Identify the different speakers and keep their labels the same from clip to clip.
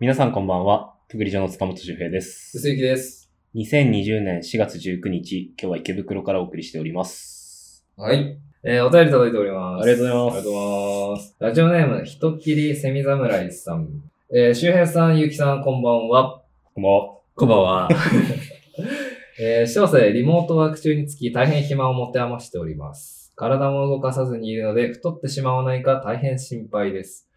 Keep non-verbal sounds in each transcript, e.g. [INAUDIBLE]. Speaker 1: 皆さんこんばんは。くぐり所の塚本周平です。
Speaker 2: 鈴木です。
Speaker 1: 2020年4月19日、今日は池袋からお送りしております。
Speaker 2: はい。えー、お便り届いております。
Speaker 1: ありがとうございます
Speaker 2: ありがとうございます。ラジオネーム、ひとっきりセミ侍さん。えー、周平さん、ゆきさん、こんばんは。
Speaker 1: こんばんは。
Speaker 2: こんばんは。えー、小生、リモートワーク中につき、大変暇を持て余しております。体も動かさずにいるので、太ってしまわないか大変心配です。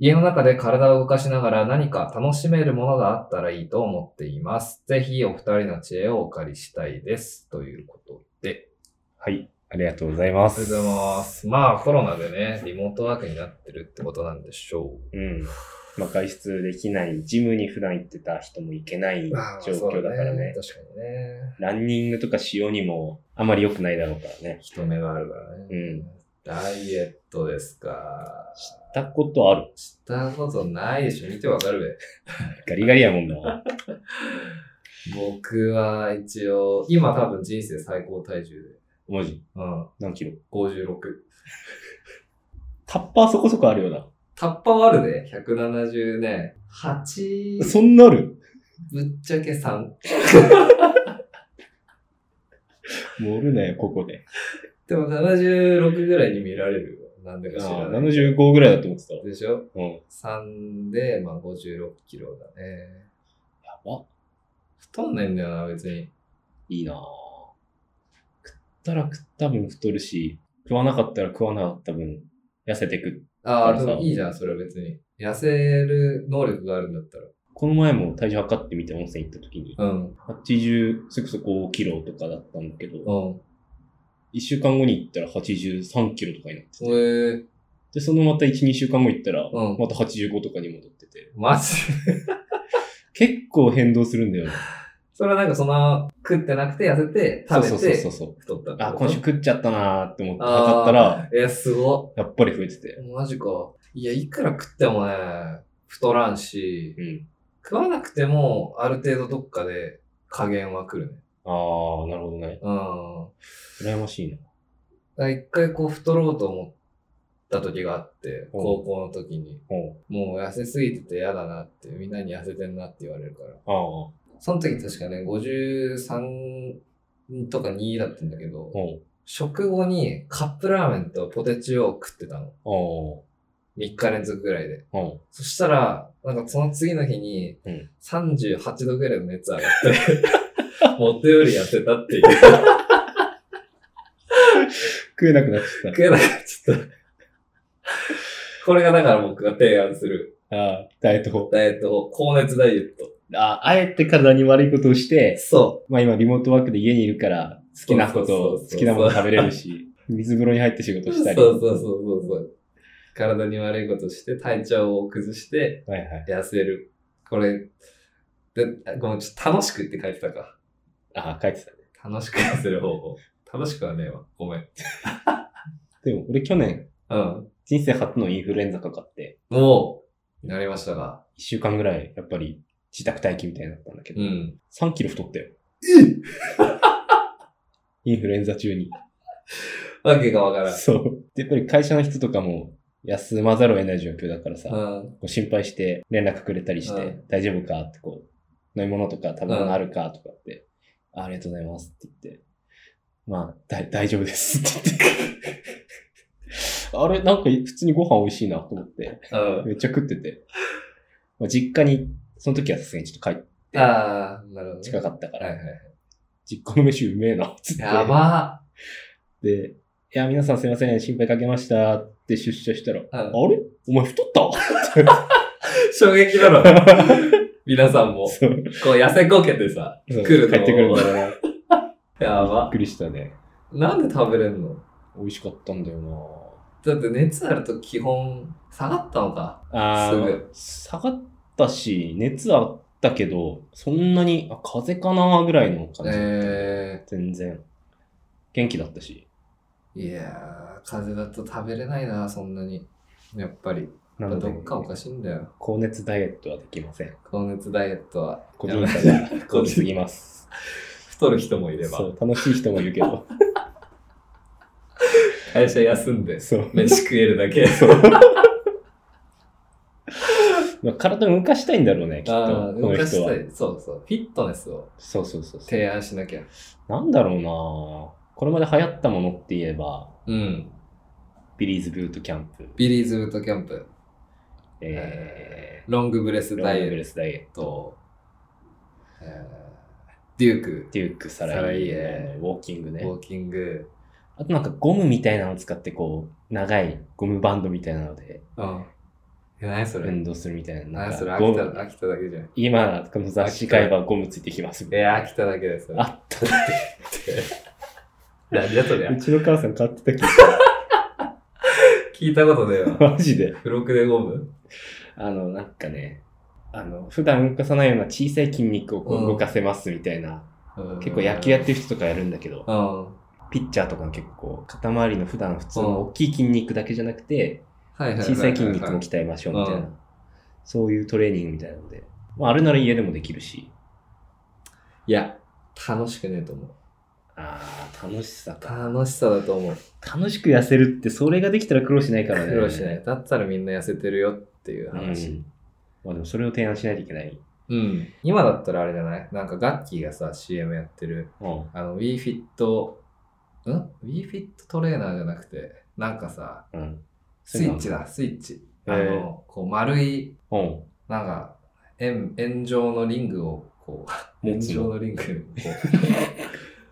Speaker 2: 家の中で体を動かしながら何か楽しめるものがあったらいいと思っています。ぜひ、お二人の知恵をお借りしたいです。ということで。
Speaker 1: はい。ありがとうございま
Speaker 2: あり
Speaker 1: す。
Speaker 2: がとうございます。まあコロナでね、リモートワークになってるってことなんでしょう。
Speaker 1: うん。まあ、外出できない、ジムに普段行ってた人も行けない状況だからね。
Speaker 2: 確かにね。
Speaker 1: ランニングとかしようにもあまり良くないだろうからね。
Speaker 2: 人目があるからね。
Speaker 1: うん
Speaker 2: ダイエットですか。
Speaker 1: したことある。
Speaker 2: したことないでしょ。見てわかる
Speaker 1: ガリガリやもんな。
Speaker 2: べ。僕は一応、今多分人生最高体重で。
Speaker 1: マジ。
Speaker 2: うん。
Speaker 1: 何キロ
Speaker 2: 56。
Speaker 1: タッパーそこそこあるよな。
Speaker 2: タッパはあるね。170ね。8、
Speaker 1: そんなある
Speaker 2: ぶっちゃけ3。
Speaker 1: 盛るなよ、ここで。
Speaker 2: でも76ぐらいに見られるよ。なんでか知ら
Speaker 1: ああ、
Speaker 2: ない。
Speaker 1: 75ぐらいだと思ってたわ
Speaker 2: でしょ
Speaker 1: うん。
Speaker 2: 3で、まあ、56キロだね。
Speaker 1: やば。
Speaker 2: 太んないんだよな、別に。
Speaker 1: いいなぁ。食ったら食った分太るし、食わなかったら食わなかった分痩せてく。
Speaker 2: あ
Speaker 1: あ
Speaker 2: あ、
Speaker 1: れ
Speaker 2: で
Speaker 1: さ
Speaker 2: もいいじゃん、それは別に。痩せる能力があるんだった
Speaker 1: この前も体重測ってみて温泉行った時に、
Speaker 2: ら。うん。
Speaker 1: 80そこそこキロとかだったんだけど、
Speaker 2: うん。
Speaker 1: 1週間後に行ったら83キロとかになって
Speaker 2: ええ
Speaker 1: て、で、そのまた1、2週間後行ったら、
Speaker 2: うん
Speaker 1: また85とかに戻ってて、
Speaker 2: マジ [LAUGHS]
Speaker 1: 結構変動するんだよね。
Speaker 2: それはなんかその、食ってなくて痩せて、
Speaker 1: そう
Speaker 2: 食
Speaker 1: そ
Speaker 2: べ
Speaker 1: うそうそ
Speaker 2: て
Speaker 1: う、そう。
Speaker 2: 太ったってこ
Speaker 1: あ、
Speaker 2: と。
Speaker 1: 今週食っちゃったなーって思って測ったら、
Speaker 2: えー、すご
Speaker 1: やっぱり増えてて。
Speaker 2: っ。マジか。いや、いくら食ってもね、太らんし、
Speaker 1: うん。
Speaker 2: 食わなくても、ある程度どっかで加減は来るね。
Speaker 1: あー、なるほどね。
Speaker 2: うん。
Speaker 1: 羨ましいな。
Speaker 2: だから一回こう太ろうと思った時があって、
Speaker 1: うん
Speaker 2: 高校の時に、
Speaker 1: うん。
Speaker 2: もう痩せすぎてて嫌だなって、みんなに痩せてんなって言われるから。
Speaker 1: あー。
Speaker 2: その時確かね、53とか2だったんだけど、
Speaker 1: うん。
Speaker 2: 食後にカップラーメンとポテチを食ってたの。
Speaker 1: お
Speaker 2: 3日連続ぐらいで。
Speaker 1: お。うん。
Speaker 2: そしたら、なんかその次の日に
Speaker 1: うん、
Speaker 2: 38度ぐらいの熱上がって、 [LAUGHS] 元より痩せたっていう。
Speaker 1: 食えなくなっちゃっ
Speaker 2: 食えなくなっちゃった。これがだから僕が提案する。
Speaker 1: た。ああ、ダイエット法。
Speaker 2: ダイエット法、高熱ダイエット。
Speaker 1: ああ、あえて体に悪いことをして、
Speaker 2: そ
Speaker 1: まあ今リモートワークで家にいるから、好きなこ
Speaker 2: そうそう
Speaker 1: と
Speaker 2: そう、
Speaker 1: 好
Speaker 2: そう
Speaker 1: きなもの食べれるし、水風呂に入って仕
Speaker 2: う。そ
Speaker 1: 事し
Speaker 2: うそ
Speaker 1: た
Speaker 2: う
Speaker 1: り。
Speaker 2: そうそうそう。体に悪いことして、体調を崩して、
Speaker 1: はいはい。
Speaker 2: 痩せる。これ、であごめん、ちょっと楽しくって書いてたか。
Speaker 1: ああ、書いてたね。
Speaker 2: 楽しく痩せる方法。楽しくはねえわ。ごめん。
Speaker 1: でも俺去年、
Speaker 2: うん。
Speaker 1: 人生初のインフルエンザかかって、
Speaker 2: もう、なりましたが。
Speaker 1: 1週間ぐらい、やっぱり自宅待機みたいになったんだけど、
Speaker 2: うん。
Speaker 1: 3キロ太ったよ。 [LAUGHS] インフルエンザ中に。
Speaker 2: わけがわからん。
Speaker 1: そう。でやっぱり会社の人とかも、休まざるを得ない状況だからさ、
Speaker 2: うん。
Speaker 1: こう心配して連絡くれたりして、
Speaker 2: うん
Speaker 1: 大丈夫かってこう、飲み物とか食べ物あるかとかって、あありがとうございますって言って、まあ、だ大丈夫ですって言って。 [LAUGHS] あれ、なんか普通にご飯美味しいなと思って、
Speaker 2: う
Speaker 1: めっちゃ食ってて。まあ、実家に、その時はさすがにちょっと帰っ
Speaker 2: ん。ああ、なるほどね。
Speaker 1: 近かったか
Speaker 2: はい
Speaker 1: ら、
Speaker 2: はいはい。
Speaker 1: 実家の飯うめえなっつって。
Speaker 2: やば
Speaker 1: で、いや、皆さんすいません、心配かけましたって出社したら、
Speaker 2: ー、
Speaker 1: あ
Speaker 2: うん
Speaker 1: れお前太
Speaker 2: [LAUGHS]
Speaker 1: った
Speaker 2: 衝撃 [LAUGHS] だろ。皆さんも、
Speaker 1: そう
Speaker 2: こう痩せこけてさ、
Speaker 1: そう
Speaker 2: 来るの
Speaker 1: 帰ってくるんだろうな。
Speaker 2: やば
Speaker 1: びっ。くりしたね。
Speaker 2: なんで食べれんの
Speaker 1: 美味しかったんだよな
Speaker 2: だって熱あると基本下がったのか。
Speaker 1: あ
Speaker 2: す
Speaker 1: ー
Speaker 2: ぐ
Speaker 1: 下がったし、熱あったけど、そんなに、あ、風邪かなぐらいの感じ。
Speaker 2: え
Speaker 1: 全然。元気だったし。
Speaker 2: ー、いやー、風邪だと食べれないな、そんなに。やっぱり。
Speaker 1: なので、
Speaker 2: どっかおかしいんだよ。
Speaker 1: 高熱ダイエットはできません。
Speaker 2: 高熱ダイエットは。
Speaker 1: 個人差が
Speaker 2: 個
Speaker 1: 大
Speaker 2: 人
Speaker 1: きすぎます。
Speaker 2: 太る人もいれば
Speaker 1: そ、う、楽しい人もいるけ
Speaker 2: [LAUGHS]
Speaker 1: ど。
Speaker 2: 会社休んで、
Speaker 1: そう。 [LAUGHS]
Speaker 2: 飯食えるだけ。
Speaker 1: そう。まあ体動かしたいんだろうね、きっと。
Speaker 2: ああ、
Speaker 1: こ
Speaker 2: 動
Speaker 1: の
Speaker 2: かし
Speaker 1: 人
Speaker 2: た。。
Speaker 1: はい
Speaker 2: そうそう。フィットネスを
Speaker 1: そうそうそうそう。
Speaker 2: 提案しなきゃ。
Speaker 1: なんだろうなこれまで流行ったものって言えば、
Speaker 2: うん。
Speaker 1: ビリーズブートキャンプ、
Speaker 2: ビリーズブートキャンプ、
Speaker 1: え
Speaker 2: ロングブレ
Speaker 1: ー、
Speaker 2: ス
Speaker 1: ロ
Speaker 2: ダイ
Speaker 1: ング
Speaker 2: エ
Speaker 1: ブ
Speaker 2: ッ
Speaker 1: レスダイエット、
Speaker 2: ト、えーデューク、
Speaker 1: デューク、サ
Speaker 2: サ
Speaker 1: ラ
Speaker 2: ライ
Speaker 1: イ
Speaker 2: エ
Speaker 1: エ、ウォーキング
Speaker 2: ウ
Speaker 1: ね
Speaker 2: ォ。ーキング、
Speaker 1: あとなんかゴムみたいなのを使ってこう、長いゴムバンドみたいなので
Speaker 2: うん。え、何それ
Speaker 1: 運動するみたいな。
Speaker 2: 何
Speaker 1: なん
Speaker 2: それ
Speaker 1: か
Speaker 2: 秋
Speaker 1: ゴ
Speaker 2: 田、
Speaker 1: ム
Speaker 2: 秋田だけじゃん。
Speaker 1: 今、この雑誌買えばゴムついてきますみたい
Speaker 2: え、
Speaker 1: な。
Speaker 2: 秋田だけだよ、それ。
Speaker 1: あったっ
Speaker 2: 何だそりゃ
Speaker 1: て。う。ちの母さん買ってたけ
Speaker 2: 聞いたことだよ。
Speaker 1: [LAUGHS] ど、マジで。
Speaker 2: 付録でゴム
Speaker 1: あの、なんかね、あの、普段動かさないような小さい筋肉をこ
Speaker 2: うん
Speaker 1: う動かせますみたいな、結構野球やってる人とかやるんだけど、
Speaker 2: うん。
Speaker 1: ピッチャーとかも結構、肩周りの普段普通の大きい筋肉だけじゃなくて、
Speaker 2: はいはいはは
Speaker 1: [LAUGHS] 小さい筋肉も鍛えましょうみたい
Speaker 2: うん
Speaker 1: な、そういうトレーニングみたいなので、まあ、あれなら家でもできるし、
Speaker 2: いや、楽しくねえと思う。
Speaker 1: あー、楽しさか。
Speaker 2: 楽しさだと思う。
Speaker 1: 楽しく痩せるって、それができたら苦労しないからね。
Speaker 2: 苦労しない。だったらみんな痩せてるよっていう
Speaker 1: う
Speaker 2: 話
Speaker 1: ん。まあでもそれを提案しないといけない。
Speaker 2: うん。今だったらあれじゃないなんかガッキーがさ、CM やってる、
Speaker 1: うん。
Speaker 2: あの、WeFit、ん ?WeFit トレーナーじゃなくて、なんかさ、
Speaker 1: うん。
Speaker 2: スイッチだ、スイッチ。
Speaker 1: へ
Speaker 2: あ
Speaker 1: ー
Speaker 2: の、こう丸い、
Speaker 1: うん。
Speaker 2: なんか、円、円状のリングを、こう、
Speaker 1: 持
Speaker 2: 円
Speaker 1: つ
Speaker 2: 状
Speaker 1: の
Speaker 2: のリングをこう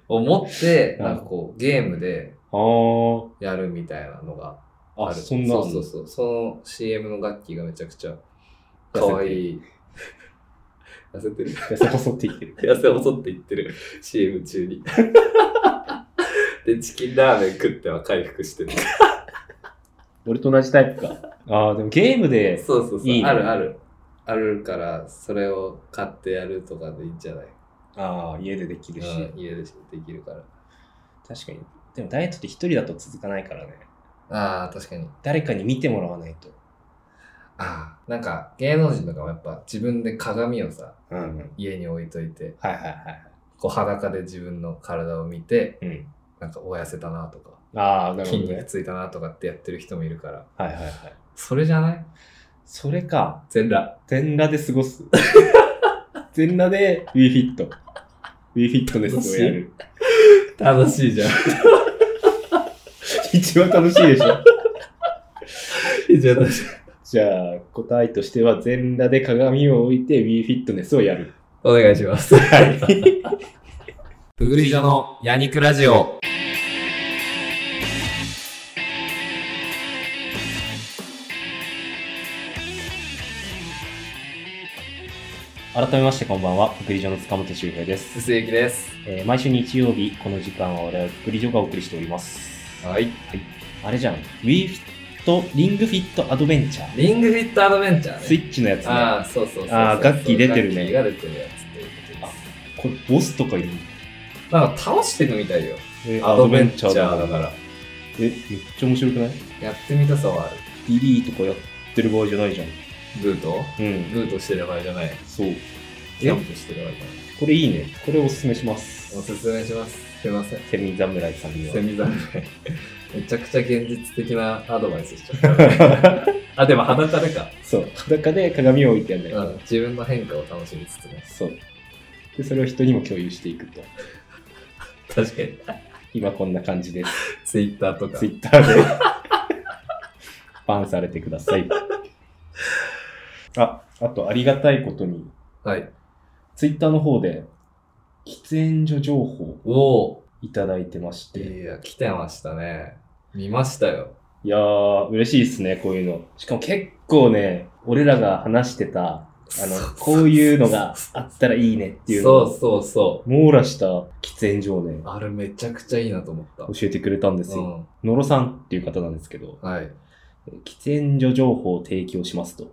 Speaker 2: を持って、
Speaker 1: うん
Speaker 2: なんかこう、ゲームで
Speaker 1: あー
Speaker 2: やるみたいなのがあ
Speaker 1: あ、
Speaker 2: る。
Speaker 1: そんな
Speaker 2: そうそうそう。その CM の楽器がめちゃくちゃ可愛い。痩せてる。
Speaker 1: 痩せ細っていってる。
Speaker 2: 痩せ細って言ってる。CM 中に。 [LAUGHS] で、チキンラーメン食っては回復してる。
Speaker 1: 俺と同じタイプか。ああ、でもゲームで、
Speaker 2: そうそうそう。
Speaker 1: いいね
Speaker 2: あるある。あるから、それを買ってやるとかでいいんじゃない
Speaker 1: ああ、家でできるし、
Speaker 2: うん家でできるから。
Speaker 1: 確かに。でもダイエットって一人だと続かないからね。
Speaker 2: ああ、確かに。
Speaker 1: 誰かに見てもらわないと。
Speaker 2: ああ。なんか、芸能人とかもやっぱ自分で鏡をさ、
Speaker 1: うんうん。
Speaker 2: 家に置いといて、
Speaker 1: はいはいはい。
Speaker 2: こう裸で自分の体を見て、
Speaker 1: うん。
Speaker 2: なんか、お痩せたなとか、
Speaker 1: ああ、なるほど
Speaker 2: 筋肉
Speaker 1: ね。
Speaker 2: ついたなとかってやってる人もいるから、
Speaker 1: はいはいはい。
Speaker 2: それじゃない
Speaker 1: それか、
Speaker 2: 全裸。
Speaker 1: 全裸で過ご
Speaker 2: [LAUGHS]
Speaker 1: す。全裸で WeFit。WeFit トネスをやる。
Speaker 2: 楽しいじゃん。
Speaker 1: 一番楽しいでしょ。
Speaker 2: 一応楽しい。
Speaker 1: じゃあ、答えとしては、全裸で鏡を置いて WeFitness をやる。
Speaker 2: お願いします。
Speaker 1: はい。
Speaker 2: ふぐりじょのヤニクラジオ。
Speaker 1: [LAUGHS] 改めまして、こんばんは。福利所の塚本修平です。
Speaker 2: すゆきです。
Speaker 1: えー毎週日曜日、この時間は我々福利所がお送りしております。
Speaker 2: はい。
Speaker 1: あれじゃん。WeFit、リングフィットアドベンチャー。
Speaker 2: リングフィットアドベンチャーね。
Speaker 1: スイッチのやつね。
Speaker 2: ああ、そうそうそうそう。
Speaker 1: あー楽器出てるね
Speaker 2: 楽器が出てるやつということです。
Speaker 1: これ、ボスとかいる
Speaker 2: なんか倒してるみたいよ。
Speaker 1: え
Speaker 2: アドベンチャーだから
Speaker 1: え、めっちゃ面白くない
Speaker 2: やってみたさはある。
Speaker 1: ビリーとかやってる場合じゃないじゃん。
Speaker 2: ブート
Speaker 1: うん。
Speaker 2: ブートしてる場合じゃない。
Speaker 1: そう。
Speaker 2: キャンプしてる場合じゃない。
Speaker 1: これいいね。これおすすめします
Speaker 2: お。すすめします。すいません。
Speaker 1: セミ侍さんには
Speaker 2: セ。ミザメ。めちゃくちゃ現実的なアドバイスしちゃった。 [LAUGHS] あ、でも裸でか。
Speaker 1: そう。裸で鏡を置いてやるんだよ。
Speaker 2: うん。自分の変化を楽しみつつね。
Speaker 1: そう。で、それを人にも共有していくと。
Speaker 2: 確かに。
Speaker 1: 今こんな感じ [LAUGHS] です。
Speaker 2: ツイッターとか
Speaker 1: ツ。イッターで。バンされてください。あ、あとありがたいことに、
Speaker 2: はい。
Speaker 1: ツイッターの方で、喫煙所情報
Speaker 2: おお。
Speaker 1: いただいてまして。
Speaker 2: いや、来てましたね。見ましたよ。
Speaker 1: いやー、嬉しいですね、こういうの。しかも結構ね、俺らが話してた、あの、こういうのがあったらいいねっていうのを
Speaker 2: そうそうそ
Speaker 1: 網羅した喫煙所をね
Speaker 2: う。、あれめちゃくちゃいいなと思った。
Speaker 1: 教えてくれたんですよ。
Speaker 2: う
Speaker 1: 野呂さんっていう方なんですけど、
Speaker 2: ん。はい。
Speaker 1: 喫煙所情報を提供しますと。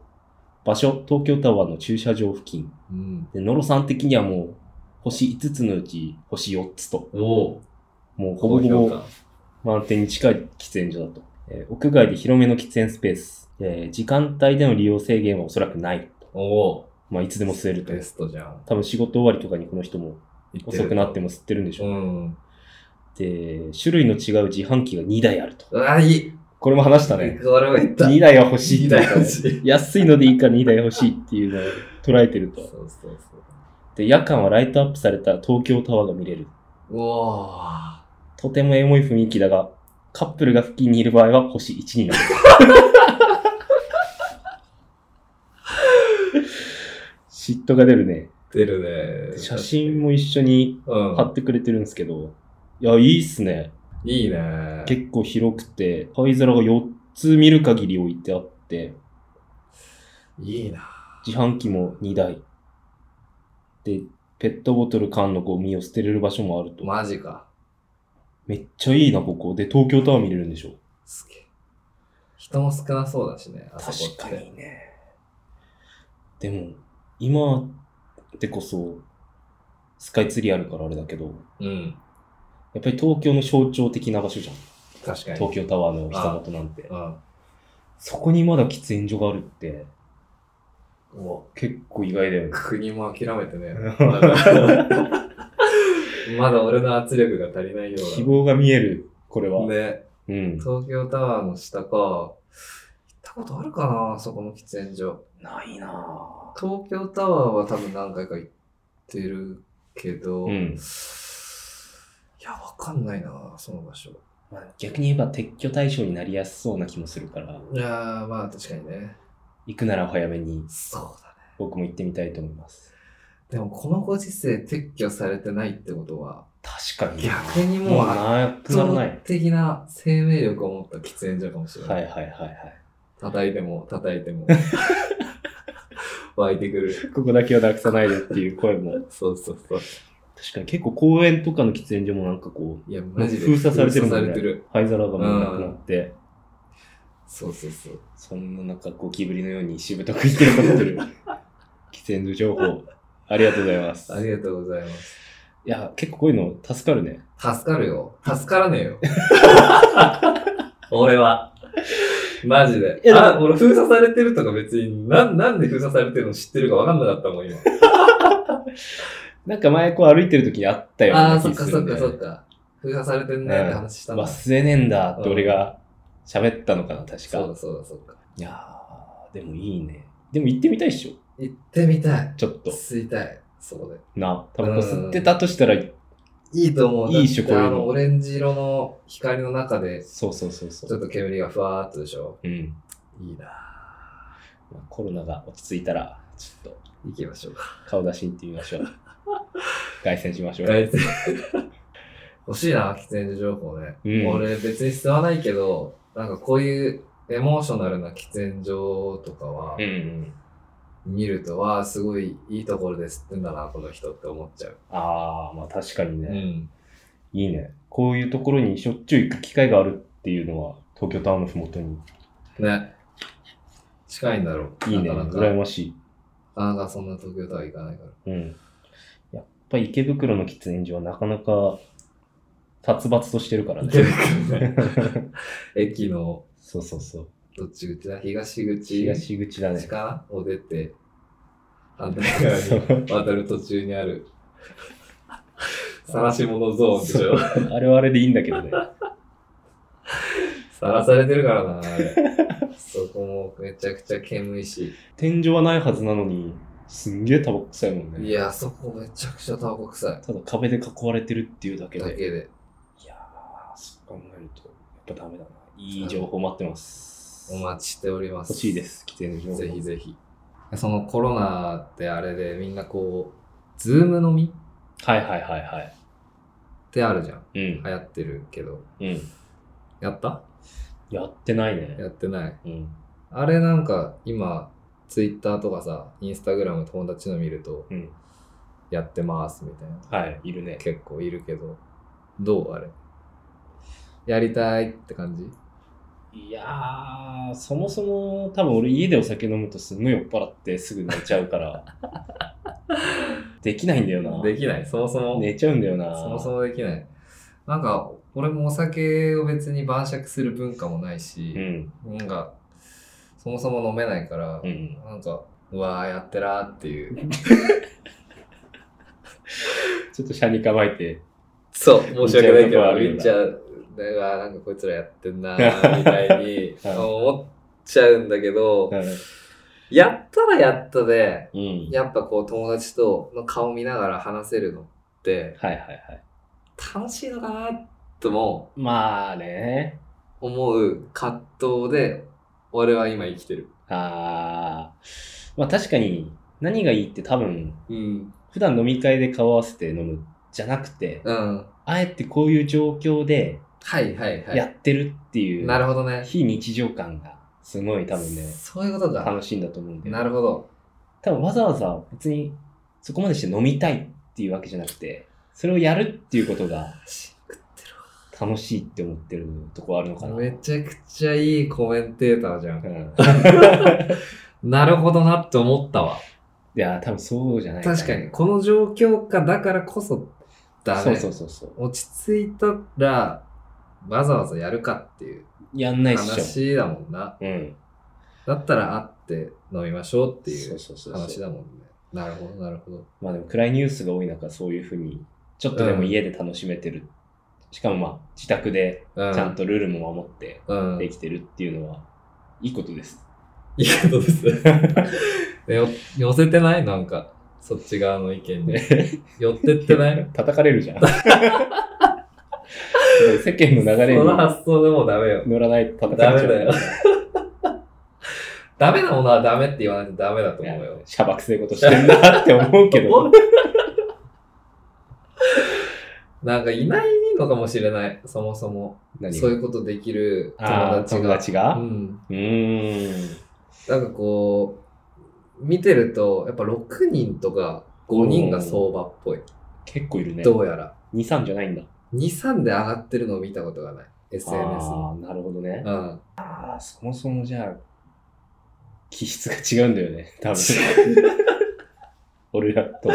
Speaker 1: 場所、東京タワーの駐車場付近。
Speaker 2: うん。
Speaker 1: で、野呂さん的にはもう、星5つのうち星4つと。
Speaker 2: おお。
Speaker 1: もうほぼほ
Speaker 2: 高評
Speaker 1: ぼ
Speaker 2: 価
Speaker 1: 満点に近い喫煙所だと。えー屋外で広めの喫煙スペース。えー時間帯での利用制限はおそらくないと。
Speaker 2: おお。
Speaker 1: まあ、いつでも吸えると
Speaker 2: ベ。ストじゃん。
Speaker 1: 多分仕事終わりとかにこの人も遅くなって
Speaker 2: も。
Speaker 1: も吸ってるんでし
Speaker 2: う
Speaker 1: ょう。
Speaker 2: ん。
Speaker 1: で、種類の違う自販機が2台あると。
Speaker 2: うわ、いい。
Speaker 1: これも話した [LAUGHS] ね。
Speaker 2: これも言った。
Speaker 1: 2台は欲しいって言ったね
Speaker 2: 二台欲し
Speaker 1: 安いのでいいから2台欲しいっていうのを捉えてる
Speaker 2: そう
Speaker 1: と。
Speaker 2: そうそう。
Speaker 1: で、夜間はライトアップされた東京タワーが見れる。
Speaker 2: うわ
Speaker 1: とてもエモい雰囲気だが、カップルが付近にいる場合は星1になる。 [LAUGHS] 嫉妬が出るね。
Speaker 2: ー出るね。
Speaker 1: 写真も一緒に
Speaker 2: うん
Speaker 1: 貼。ってくれてるんですけど、いや、いいっすね。
Speaker 2: いいね。
Speaker 1: 結構広くて、灰皿が4つ見る限り置いてあって、
Speaker 2: いいな。
Speaker 1: 自販機も2台。で、ペットボトル缶のゴミを捨てれる場所もあると。
Speaker 2: マジか。
Speaker 1: めっちゃいいな、ここ。で、東京タワー見れるんでしょ。
Speaker 2: すげえ。人も少なそうだしね。あそこ
Speaker 1: 確
Speaker 2: って
Speaker 1: かにね。でも、今でこそ、スカイツリーあるからあれだけど、
Speaker 2: うん。
Speaker 1: やっぱり東京の象徴的な場所じゃん。
Speaker 2: 確かに。
Speaker 1: 東京タワーの膝元なんて。
Speaker 2: うん。
Speaker 1: そこにまだ喫煙所があるって、
Speaker 2: もう、
Speaker 1: 結構意外だよね。。
Speaker 2: 国も諦めてねまだ [LAUGHS] まだ俺の圧力が足りな
Speaker 1: [LAUGHS]
Speaker 2: いよ
Speaker 1: 希
Speaker 2: う
Speaker 1: 望が見える、これは。
Speaker 2: だ。ね。
Speaker 1: うん。
Speaker 2: 東京タワーの下か。行ったことあるかなあそこの喫煙所。
Speaker 1: ないなぁ。
Speaker 2: 東京タワーは多分何回か行ってるけど、
Speaker 1: うん
Speaker 2: いや、わかんないなあその場所。
Speaker 1: まあ逆に言えば撤去対象になりやすそうな気もするから、
Speaker 2: いやー、まあ確かにね。
Speaker 1: 行くならお早めに
Speaker 2: そうだね。
Speaker 1: 僕も行ってみたいと思います。
Speaker 2: でもこのご時世撤去されてないってことは、
Speaker 1: 確かに。
Speaker 2: 逆にもう
Speaker 1: もうなくならない。
Speaker 2: 的な生命力を持った喫煙所かもしれない。
Speaker 1: はいはいはいはい。
Speaker 2: 叩いても叩いて
Speaker 1: [LAUGHS]
Speaker 2: も湧いてくる。
Speaker 1: ここだけはなくさないでっていう声も。
Speaker 2: そうそうそう。
Speaker 1: 確かに結構公園とかの喫煙所もなんかこう、
Speaker 2: いや、マジで
Speaker 1: 封鎖されてるもんね
Speaker 2: 封鎖されてる。
Speaker 1: 灰皿がもうなくなって、
Speaker 2: そうそうそう。
Speaker 1: そんな中ゴキブリのようにしぶとく生き残ってる [LAUGHS] 喫煙所情報、ありがとうございます。
Speaker 2: ありがとうございます。
Speaker 1: いや、結構こういうの助かるね。
Speaker 2: 助かるよ。助からねえ [LAUGHS] よ。俺は。マジで
Speaker 1: い。やだから
Speaker 2: あ、俺封鎖されてるとか別に、な、なんで封鎖されてるの知ってるか分かんなかったもん、今。
Speaker 1: なんか前こう歩いてる時にあったよう
Speaker 2: ああ
Speaker 1: な
Speaker 2: ー、そっ
Speaker 1: 気
Speaker 2: か
Speaker 1: する
Speaker 2: そっ
Speaker 1: んだ
Speaker 2: か
Speaker 1: よね
Speaker 2: そっか。封鎖されてんねって話したんだ。
Speaker 1: 忘れねえんだって俺が喋ったのかな、確
Speaker 2: そう
Speaker 1: か
Speaker 2: だ。そうだそっか。
Speaker 1: いやー、でもいいね。でも行ってみたいっしょ
Speaker 2: 行ってみたい。
Speaker 1: ちょっと。
Speaker 2: 吸いたい。そこで。
Speaker 1: な、タバコ吸ってたとしたら、
Speaker 2: いいと思う。
Speaker 1: いいっしょ
Speaker 2: だって
Speaker 1: こういう
Speaker 2: あ
Speaker 1: の
Speaker 2: の、オレンジ色の光の中で、
Speaker 1: そうそうそうそ
Speaker 2: ちょっ
Speaker 1: う。
Speaker 2: と煙がふわーっとでしょ。
Speaker 1: うん。
Speaker 2: いいな
Speaker 1: まあコロナが落ち着いたら、ちょっと
Speaker 2: ぁ行きましょうか。
Speaker 1: 顔出しに行ってみま
Speaker 2: [LAUGHS]
Speaker 1: しょう。凱旋しましょう。
Speaker 2: 外線欲しいな、 [LAUGHS] 喫煙所情報ね。
Speaker 1: うん
Speaker 2: 俺別に吸わないけど、なんかこういうエモーショナルな喫煙所とかは
Speaker 1: うん、うん。
Speaker 2: 見ると、わあ、すごいいいところで吸ってんだな、この人って思っちゃう。
Speaker 1: あー、まあ確かに
Speaker 2: う
Speaker 1: ね、
Speaker 2: ん。
Speaker 1: いいね。こういうところにしょっちゅう行く機会があるっていうのは、東京タワーのふもとに。
Speaker 2: ね。近いんだろう。
Speaker 1: いいね。
Speaker 2: なかなか、
Speaker 1: 羨ましい。
Speaker 2: なかなかそんな東京タワー行
Speaker 1: [LAUGHS]
Speaker 2: かないから。
Speaker 1: うん。やっぱり池袋の喫煙所はなかなか殺伐としてるから
Speaker 2: 池
Speaker 1: ね。
Speaker 2: 袋ね駅の、
Speaker 1: そうそうそう。
Speaker 2: どっち口だ東口。
Speaker 1: 東口だね。
Speaker 2: かを出て、反対側に渡る途中に
Speaker 1: [LAUGHS]
Speaker 2: ある、晒し物ゾーンでしょ。
Speaker 1: あれはあれでいいんだけどね。
Speaker 2: 晒されてるからな、あれ。そこもめちゃくちゃ煙いし。
Speaker 1: 天井はないはずなのに、すんげえタバコ臭いもんね。
Speaker 2: いや、そこめちゃくちゃタバコ臭い。
Speaker 1: ただ壁で囲われてるっていうだけ
Speaker 2: だ
Speaker 1: で。
Speaker 2: けで。
Speaker 1: いやー、そう考えると、やっぱダメだな。いい情報待ってます。
Speaker 2: お待ちしております。
Speaker 1: 欲しいで。す、喫煙所情報。
Speaker 2: ぜひぜひ。そのコロナってあれでみんなこう、ズーム飲みっ
Speaker 1: はいはいはいはい。
Speaker 2: てあるじゃん。
Speaker 1: うん。
Speaker 2: 流行ってるけど。
Speaker 1: うん。
Speaker 2: やった
Speaker 1: やってないね。
Speaker 2: やってない。
Speaker 1: うん。
Speaker 2: あれなんか今、ツイッターとかさ、インスタグラム友達の見ると、
Speaker 1: うん。
Speaker 2: やってますみたいな。
Speaker 1: はい、いるね。
Speaker 2: 結構いるけど、どうあれ。やりたいって感じ
Speaker 1: いやー、そもそも多分俺家でお酒飲むとすんごい酔っ払ってすぐ寝ちゃう
Speaker 2: [LAUGHS]
Speaker 1: から。できないんだよな。
Speaker 2: できない。そもそも、
Speaker 1: 寝ちゃうんだよな。
Speaker 2: そもそもできない。なんか、俺もお酒を別に晩酌する文化もないし、
Speaker 1: ん。
Speaker 2: なんか、そもそも飲めないから、
Speaker 1: うん。
Speaker 2: なんか、うわーやってらーっていう。
Speaker 1: ちょっと車に構えて。
Speaker 2: そう、申し訳ないけど、
Speaker 1: 言
Speaker 2: 言
Speaker 1: っ
Speaker 2: っ
Speaker 1: ち
Speaker 2: ち
Speaker 1: ゃ
Speaker 2: ゃうだからなんかこいつらやってんなーみたい [LAUGHS] に
Speaker 1: はい
Speaker 2: 思っちゃうんだけど、やったらやったで、
Speaker 1: うん。
Speaker 2: やっぱこう友達との顔見ながら話せるのって
Speaker 1: はいはいはい。
Speaker 2: 楽しいのかなとも
Speaker 1: まあね。
Speaker 2: 思う葛藤で俺は今生きてる。
Speaker 1: あー。まあ確かに、何がいいって多分、
Speaker 2: うん。
Speaker 1: 普段飲み会で顔合わせて飲むじゃなくて、
Speaker 2: うん。
Speaker 1: あえてこういう状況で
Speaker 2: はいはいはい。
Speaker 1: やってるっていう、
Speaker 2: なるほどね。
Speaker 1: 非日常感がすごい多分ね、
Speaker 2: そういうことか。
Speaker 1: 楽しいんだと思うんで。
Speaker 2: なるほど。
Speaker 1: 多分わざわざ別にそこまでして飲みたいっていうわけじゃなくて、それをやるっていうことが楽しいって思ってるとこあるのかな。
Speaker 2: めちゃくちゃいいコメンテーターじゃん
Speaker 1: う。ん。 [LAUGHS]
Speaker 2: なるほどなって思ったわ。
Speaker 1: いや、多分そうじゃない
Speaker 2: 確かに、この状況下だからこそだね。
Speaker 1: そうそうそうそう。
Speaker 2: 落ち着いたら、わざわざやるかっていう
Speaker 1: やんないっしょ。
Speaker 2: 話だもんな。
Speaker 1: うん。
Speaker 2: だったら会って飲みましょうってい
Speaker 1: そううそうそう
Speaker 2: 話
Speaker 1: そう。
Speaker 2: だもんね。なるほど、なるほど。
Speaker 1: まあでも暗いニュースが多い中、そういうふうに、ちょっとでも家で楽しめてる。しかもまあ、自宅で
Speaker 2: う
Speaker 1: ちゃんとルールも守って
Speaker 2: うん。
Speaker 1: できてるっていうのは、いいことです。
Speaker 2: いいことです。 [LAUGHS] よ寄せてないなんか、そっち側の意見に。
Speaker 1: [LAUGHS]
Speaker 2: 寄ってってない
Speaker 1: 叩かれるじゃん。 [LAUGHS] 世間の流れ
Speaker 2: そ
Speaker 1: に
Speaker 2: の発想でもうダメよ。
Speaker 1: 乗らないと叩かれちゃう。
Speaker 2: ダメだよ [LAUGHS] ダメなものはダメって言わないとダメだと
Speaker 1: い
Speaker 2: 思う
Speaker 1: や
Speaker 2: よ。
Speaker 1: しゃばくせえことしてんなって思うけ
Speaker 2: [LAUGHS]
Speaker 1: ど。
Speaker 2: なんかいないのかもしれない、そもそも。
Speaker 1: 何
Speaker 2: そういうことできる友
Speaker 1: あー
Speaker 2: 達
Speaker 1: 友
Speaker 2: が。
Speaker 1: 達が
Speaker 2: う。
Speaker 1: うんーん。
Speaker 2: なんかこう、見てると、やっぱ6人とか5人が相場っぽい。
Speaker 1: 結構いるね。
Speaker 2: どうやら。
Speaker 1: 2、3じゃないんだ。
Speaker 2: 2、3で上がってるのを見たことがない。SNS に。
Speaker 1: あーなるほどね
Speaker 2: う。ん。
Speaker 1: あーそもそもじゃあ、気質が違うんだよね。
Speaker 2: [LAUGHS]
Speaker 1: 多分。俺らと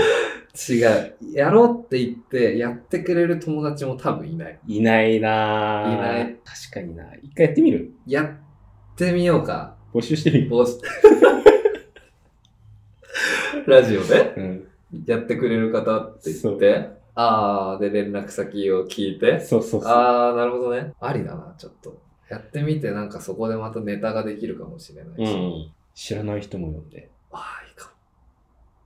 Speaker 2: 違う。やろうって言って、やってくれる友達も多分いない。
Speaker 1: いないなぁ
Speaker 2: いない。
Speaker 1: 確かにな一回やってみる
Speaker 2: やってみようか。
Speaker 1: 募集してみる。
Speaker 2: ぼ
Speaker 1: [LAUGHS]
Speaker 2: ラジオで
Speaker 1: うん。
Speaker 2: やってくれる方って
Speaker 1: そ
Speaker 2: 言っ
Speaker 1: う
Speaker 2: て、あーで連絡先を聞いて、
Speaker 1: そうそうそう。
Speaker 2: あーなるほどね。ありだな、ちょっと。やってみて、なんかそこでまたネタができるかもしれな
Speaker 1: う
Speaker 2: いし。
Speaker 1: ん。知らない人も呼んで、
Speaker 2: ああ、いいか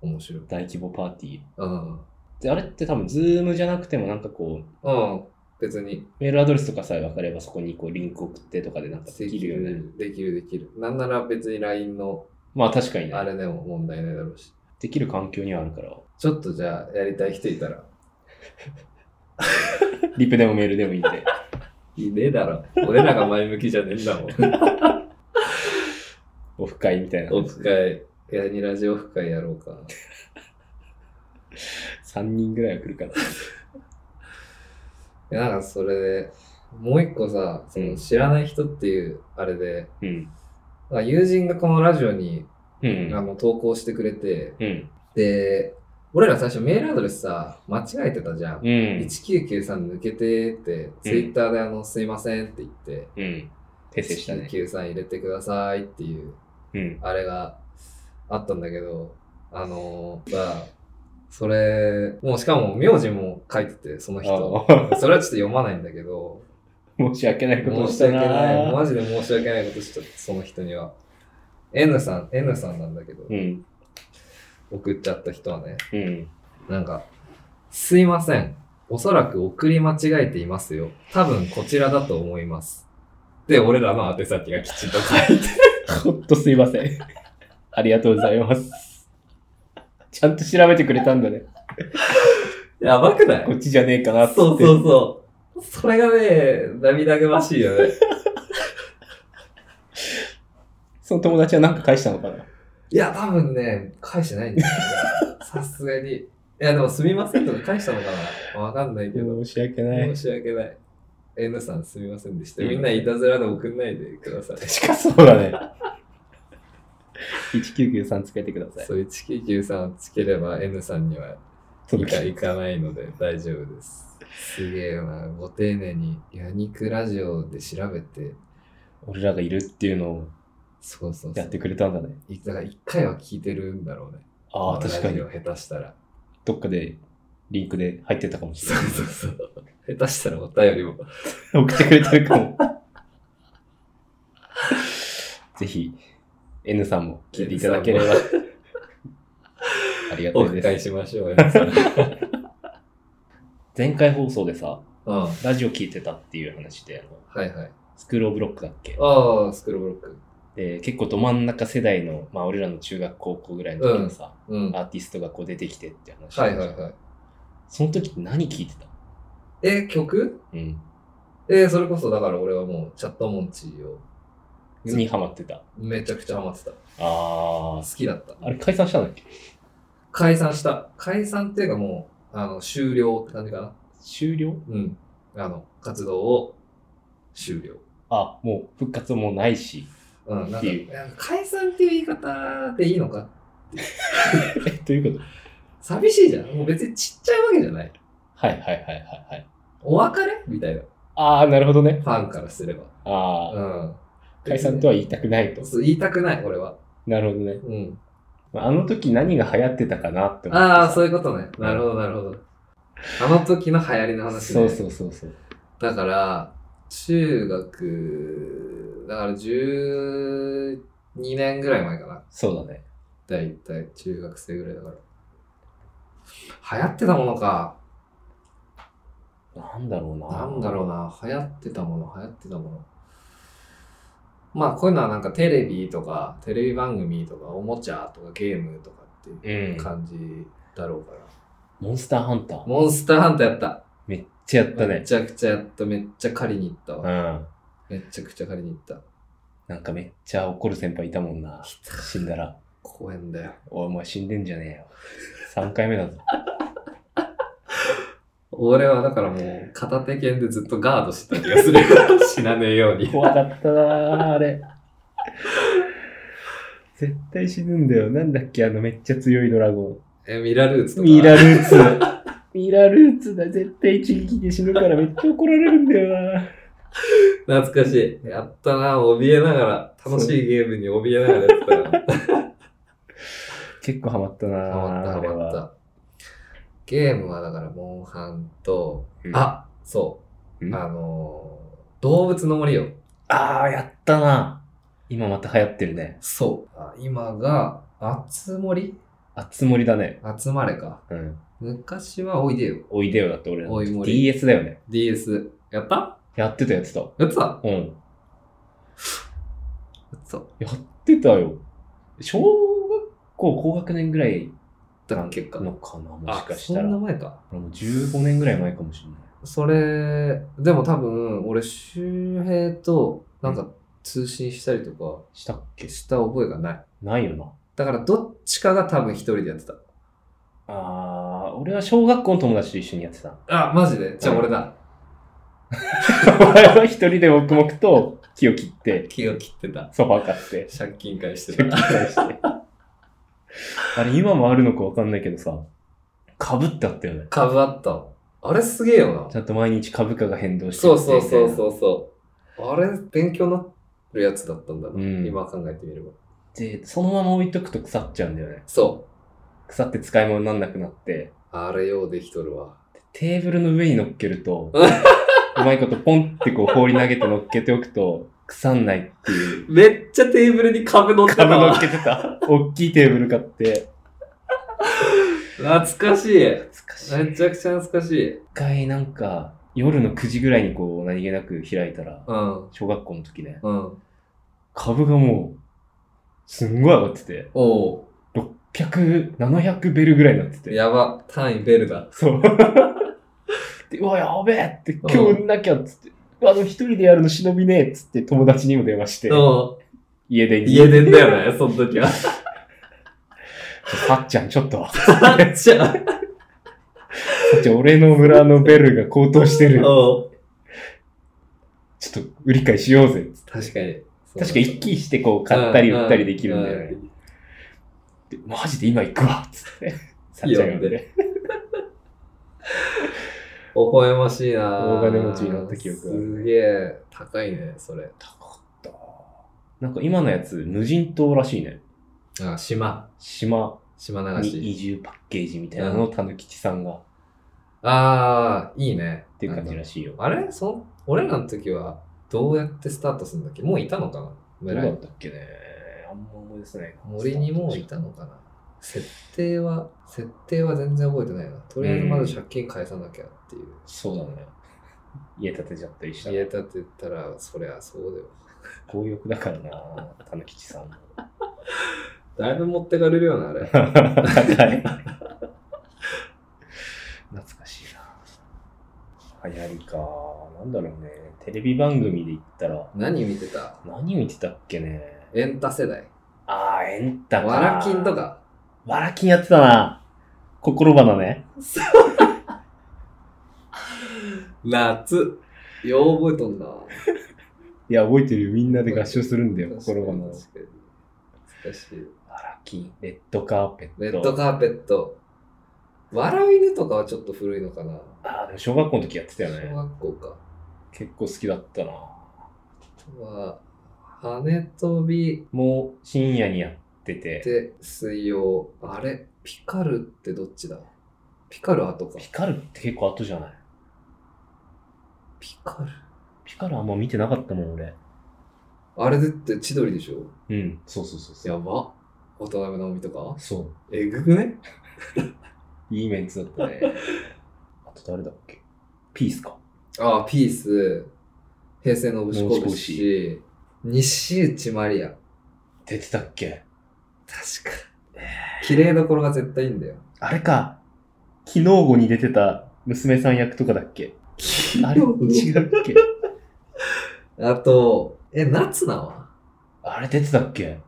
Speaker 2: も。面白い。
Speaker 1: 大規模パーティー。
Speaker 2: うん。
Speaker 1: で、あれって多分、ズームじゃなくてもなんかこう、
Speaker 2: うん。別に
Speaker 1: メールアドレスとかさえ分かればそこにこうリンク送ってとかでなんかできるよね。
Speaker 2: できるできる。なんなら別に LINE の
Speaker 1: まあ確かに
Speaker 2: あ
Speaker 1: ね。
Speaker 2: れでも問題ないだろうし。
Speaker 1: できる環境にはあるから。
Speaker 2: ちょっとじゃあやりたい人いたら。
Speaker 1: リプでもメールでもいいんで。
Speaker 2: いねえだろ。俺らが前向きじゃねえ
Speaker 1: [LAUGHS]
Speaker 2: んだもん。
Speaker 1: オフ会みたいな。
Speaker 2: オフ会、ヤニラジオフ会やろうか。
Speaker 1: 3人ぐらいは来るから。
Speaker 2: いやなんかそれで、もう一個さ、そ
Speaker 1: うん
Speaker 2: の知らない人っていうあれで、
Speaker 1: うん。
Speaker 2: なんか友人がこのラジオに、
Speaker 1: う
Speaker 2: あ
Speaker 1: ん。
Speaker 2: の投稿してくれて、
Speaker 1: うん。
Speaker 2: で、俺ら最初メールアドレスさ、間違えてたじゃん。
Speaker 1: うん。
Speaker 2: 1993抜けてって、ツイッターであの、すいませんって言って、
Speaker 1: うん。訂正したね。
Speaker 2: 1993入れてくださいっていう
Speaker 1: うん。
Speaker 2: あれがあったんだけど、あのー、まあ、それ、もうしかも名字も書いてて、その人。
Speaker 1: あ
Speaker 2: それはちょっと読まないんだけど、
Speaker 1: 申し訳ないことを
Speaker 2: 申
Speaker 1: し
Speaker 2: した訳ない。
Speaker 1: な。
Speaker 2: マジで申し訳ないことしちゃった、その人には。N さん、N さんなんだけど、
Speaker 1: うん。
Speaker 2: 送っちゃった人はね、
Speaker 1: うん。
Speaker 2: なんか、すいません。おそらく送り間違えていますよ。多分こちらだと思います。で、俺らの宛先がきちんと書いて
Speaker 1: ほっとすいません。ありがとうございます。ちゃんと調べてくれたんだね。
Speaker 2: [LAUGHS] やばくない
Speaker 1: こっちじゃねえかなって。
Speaker 2: そうそうそう。それがね、涙ぐましいよね。
Speaker 1: その友達は何か返したのかない
Speaker 2: や、多分ね、返してないんだよね。さすがに。いや、でもすみませんとか返したのかなわかんないけど。
Speaker 1: 申し訳ない。
Speaker 2: 申し訳ない。N さんすみませんでした。
Speaker 1: うん
Speaker 2: みんないたずらで送んないでください。
Speaker 1: 確かそうだ [LAUGHS] ね。1993つけてください。
Speaker 2: そういう1993をつければ N さんには
Speaker 1: 届
Speaker 2: い
Speaker 1: き
Speaker 2: かいかないので大丈夫です。すげえな。ご丁寧に、ヤニクラジオで調べて、
Speaker 1: 俺らがいるっていうのを
Speaker 2: そうそうそ
Speaker 1: やっ
Speaker 2: う。
Speaker 1: てくれたんだね。
Speaker 2: だから一回は聞いてるんだろうね。
Speaker 1: ああ、
Speaker 2: この
Speaker 1: 確か
Speaker 2: ラジ
Speaker 1: に
Speaker 2: オ。下手したら。
Speaker 1: どっかでリンクで入ってたかもし
Speaker 2: そ
Speaker 1: れ
Speaker 2: う
Speaker 1: ない。 [LAUGHS]
Speaker 2: そうそう。下手したらお便りも。
Speaker 1: 送ってくれてるかも。 [LAUGHS] ぜひ、N さんも聞いていただ [LAUGHS] ければ。ありが
Speaker 2: お
Speaker 1: たい
Speaker 2: 伺
Speaker 1: で
Speaker 2: い
Speaker 1: す。
Speaker 2: しましょ
Speaker 1: [LAUGHS]
Speaker 2: うよ。う
Speaker 1: 前回放送でさ、
Speaker 2: ん。は
Speaker 1: ラジオ聞いてたっていう話で、あの
Speaker 2: いはい。
Speaker 1: スクールオブロックだっけ
Speaker 2: ああ、スクールブロック。
Speaker 1: で結構ど真ん中世代の、まあ俺らの中学高校ぐらいの時のさ、
Speaker 2: うん。は
Speaker 1: アーティストがこう出てきてって話。
Speaker 2: いはいはい。
Speaker 1: その時って何聞いてた
Speaker 2: え、曲
Speaker 1: うん。
Speaker 2: え、それこそだから俺はもうチャットモンチーを
Speaker 1: にハマってた。
Speaker 2: めちゃくちゃハマってた。
Speaker 1: あ
Speaker 2: 好きだった。
Speaker 1: あ。あれ解散したんだっけ
Speaker 2: 解散した。解散っていうかもう、あの、終了って感じかな。
Speaker 1: 終了
Speaker 2: うん。あの、活動を終了。
Speaker 1: あ、もう復活もないし。
Speaker 2: うん。なん
Speaker 1: っ
Speaker 2: か
Speaker 1: ていう
Speaker 2: なんか解散っていう言い方でいいのか
Speaker 1: え、ということ
Speaker 2: 寂しいじゃん。もう別にちっちゃいわけじゃない。
Speaker 1: はいはいはいはいはい。
Speaker 2: お別れみたいな。
Speaker 1: ああ、なるほどね。
Speaker 2: ファンからすれば。
Speaker 1: ああ、
Speaker 2: うん。
Speaker 1: 解散とは言いたくないと。
Speaker 2: そう言いたくない、俺は。
Speaker 1: なるほどね。
Speaker 2: うん。
Speaker 1: あの時何が流行ってたかなって思ってさ。
Speaker 2: ああ、そういうことね。なるほど、なるほど。あの時の流行りの話ね。
Speaker 1: そうそうそうそう。
Speaker 2: だから、中学、だから12年ぐらい前かな。
Speaker 1: そうだね。
Speaker 2: だいたい中学生ぐらいだから。流行ってたものか。
Speaker 1: なんだろうな。
Speaker 2: なんだろうな。流行ってたもの、流行ってたもの。まあ、こういうのはなんかテレビとか、テレビ番組とか、おもちゃとかゲームとかっていう
Speaker 1: うん。
Speaker 2: 感じだろうから。
Speaker 1: モンスターハンター。
Speaker 2: モンスターハンターやった。
Speaker 1: めっちゃやった
Speaker 2: め
Speaker 1: ね。
Speaker 2: ちゃくちゃやった。めっちゃ借りに行った
Speaker 1: う
Speaker 2: わ。
Speaker 1: ん。
Speaker 2: めちゃくちゃ借りに行った。
Speaker 1: なんかめっちゃ怒る先輩いたもんな。死んだら。
Speaker 2: 公園だよ。
Speaker 1: おい、お前死んでんじゃねえよ。3回目だぞ。
Speaker 2: 俺はだからもう片手剣でずっとガードしてた気がする。 [LAUGHS] 死なねえよう
Speaker 1: [LAUGHS]
Speaker 2: に。
Speaker 1: 怖かったなああれ。絶対死ぬんだよ。なんだっけ、あのめっちゃ強いドラゴ
Speaker 2: え、ミラルーツ
Speaker 1: ン。
Speaker 2: とか。
Speaker 1: ミラルーツ。 [LAUGHS] ミラルーツだ。絶対一撃で死ぬからめっちゃ怒られるんだよな。
Speaker 2: 懐かしい。やったな怯えながら。楽しいゲームに怯えながらやってたな。
Speaker 1: 結構ハマったな
Speaker 2: ハマった、
Speaker 1: あ
Speaker 2: ハ
Speaker 1: れ
Speaker 2: マっ
Speaker 1: は。
Speaker 2: た。ゲームはだから、モンハンと、
Speaker 1: うん
Speaker 2: あ、そう。
Speaker 1: うん
Speaker 2: あのー、動物の森よ。
Speaker 1: ああ、やったな今また流行ってるね。
Speaker 2: そう。あ今が、あつ森
Speaker 1: あつ森だね。
Speaker 2: 集まれか。
Speaker 1: うん。
Speaker 2: 昔はおいでよ。
Speaker 1: おいでよだって俺らの
Speaker 2: おい森
Speaker 1: DS だよね。
Speaker 2: DS。やった
Speaker 1: やってたやつだ。
Speaker 2: やってた
Speaker 1: うん。
Speaker 2: やってた。
Speaker 1: やってたよ。小学校高学年ぐらい
Speaker 2: だから結果。
Speaker 1: のかな、も
Speaker 2: あ、
Speaker 1: しかしたら。
Speaker 2: そんな
Speaker 1: も
Speaker 2: 前か。
Speaker 1: う15年ぐらい前かもしれない。
Speaker 2: それ、でも多分、俺、周平と、なんか、通信したりとか、
Speaker 1: したっけ
Speaker 2: した覚えがない。
Speaker 1: ないよな。
Speaker 2: だから、どっちかが多分一人でやってた。
Speaker 1: あー、俺は小学校の友達と一緒にやってた。
Speaker 2: あ、マジでじゃあ俺だ。
Speaker 1: お前は一人で黙々と木を切って、
Speaker 2: 気を切ってた。
Speaker 1: ソファー買って、
Speaker 2: 借金返し
Speaker 1: 切
Speaker 2: て
Speaker 1: り
Speaker 2: た。
Speaker 1: 返して。あれ、今もあるのかわかんないけどさ、株ってあったよね。
Speaker 2: 株あったわ。あれすげえよ
Speaker 1: ちゃんと毎日株価が変動
Speaker 2: な。
Speaker 1: して
Speaker 2: そうそうそう
Speaker 1: う。
Speaker 2: そうそう。あれ、勉強になるやつだったんだな。
Speaker 1: うん
Speaker 2: 今考えてみれば。
Speaker 1: で、そのまま置いとくと腐っちゃうんだよね。
Speaker 2: そ
Speaker 1: 腐って使い物になんなくなって、
Speaker 2: う。あれようできとるわ。
Speaker 1: テーブルの上に乗っける [LAUGHS] と、うまいことポンってこう放り投げて乗っけておくと、腐んないっていう。
Speaker 2: めっちゃテーブルに株乗ってた
Speaker 1: 株乗っ
Speaker 2: [LAUGHS] わ。
Speaker 1: けてた。大きいテーブル買って。
Speaker 2: 懐かしい。
Speaker 1: 懐かしい。
Speaker 2: めちゃくちゃ懐かしい。
Speaker 1: 一回なんか、夜の9時ぐらいにこう何気なく開いたら、
Speaker 2: うん。
Speaker 1: 小学校の時ね、
Speaker 2: うん。
Speaker 1: 株がもう、すんごい上がってて、
Speaker 2: おう。
Speaker 1: 600、700ベルぐらいになってて。
Speaker 2: やば。単位ベルだ。
Speaker 1: そう。で、うわ、やべえって、今日売んなきゃっつって、あの、一人でやるの忍びねえっつって友達にも電話して、
Speaker 2: うん。
Speaker 1: 家で
Speaker 2: 家電だよね、その時は。
Speaker 1: さっちゃん、ちょっと、さ
Speaker 2: [LAUGHS] めっちゃ。
Speaker 1: っちゃん、俺の村のベルが高騰してる。
Speaker 2: お [LAUGHS] う。
Speaker 1: ちょっと、売り買いしようぜ。
Speaker 2: 確かに。
Speaker 1: 確か一気にして、こう、買ったり売ったりできるんだよ
Speaker 2: う
Speaker 1: ね。でマジで今行くわっつって。さっちゃん呼んで。
Speaker 2: 微笑ましいなぁ
Speaker 1: 大金持ちになった記憶がある
Speaker 2: すげえ、高いね、それ。
Speaker 1: 高かった。なんか今のやつ、無人島らしいね。
Speaker 2: あ、島。
Speaker 1: 島
Speaker 2: 島流
Speaker 1: に
Speaker 2: し。
Speaker 1: 移住パッケージみたいなのをたぬきちさんが
Speaker 2: ああ、いいね。
Speaker 1: っていう感じらしいよ。
Speaker 2: あれそん俺らの時はどうやってスタートするんだっけもういたのかな
Speaker 1: どう
Speaker 2: 村
Speaker 1: だ
Speaker 2: 井
Speaker 1: ったっけね。あんま思い出せないな。
Speaker 2: 森にもういたのかな設定は、設定は全然覚えてないな。とりあえずまず借金返さなきゃっていう。
Speaker 1: そうだね。家建てちゃったりした。
Speaker 2: 家建てたら、そりゃそうだよ。
Speaker 1: 強欲だからな、たぬきちさんも。
Speaker 2: だいぶ持ってかれるよな、あれ。
Speaker 1: 高い。懐かしいな。流行りか。なんだろうね。テレビ番組で言ったら、
Speaker 2: [LAUGHS] 何見てた
Speaker 1: 何見てたっけね。
Speaker 2: エンタ世代。
Speaker 1: あー、エンタか。
Speaker 2: わらきんと。か。
Speaker 1: わらきんやってたな。心花ね。
Speaker 2: 夏。よう覚えとんな。
Speaker 1: いや、覚えてるよ。みんなで合唱するんだよ、
Speaker 2: 確かに
Speaker 1: 心花を。わ
Speaker 2: 確かに懐かしい。
Speaker 1: らきん。レッドカーペット。
Speaker 2: レッドカーペット。笑う犬とかはちょっと古いのかな。
Speaker 1: あー、でも小学校の時やってたよ
Speaker 2: 小
Speaker 1: ね。
Speaker 2: 学校か。
Speaker 1: 結構好きだったな。
Speaker 2: あとは、羽飛び
Speaker 1: もう深夜にやってて。
Speaker 2: で水曜。あれピカルってどっちだピカル後か。
Speaker 1: ピカルって結構後じゃない
Speaker 2: ピカル
Speaker 1: ピカルあんま見てなかったもん、俺。
Speaker 2: あれだって千鳥でしょ
Speaker 1: うん、そうそうそうそう。
Speaker 2: やば。渡辺直美とか
Speaker 1: そ
Speaker 2: えぐくね
Speaker 1: う。いいメンツだったね。 [LAUGHS] あと誰だっけピースか。
Speaker 2: ああ、ピース、平成のぶしこぶし、西内まりや。
Speaker 1: 出てたっけ
Speaker 2: 確か。綺麗どころが絶対いいんだよ。
Speaker 1: あれか。昨日後に出てた娘さん役とかだっけあれ違うっけ
Speaker 2: あと、え、夏菜は
Speaker 1: あれ出てたっけ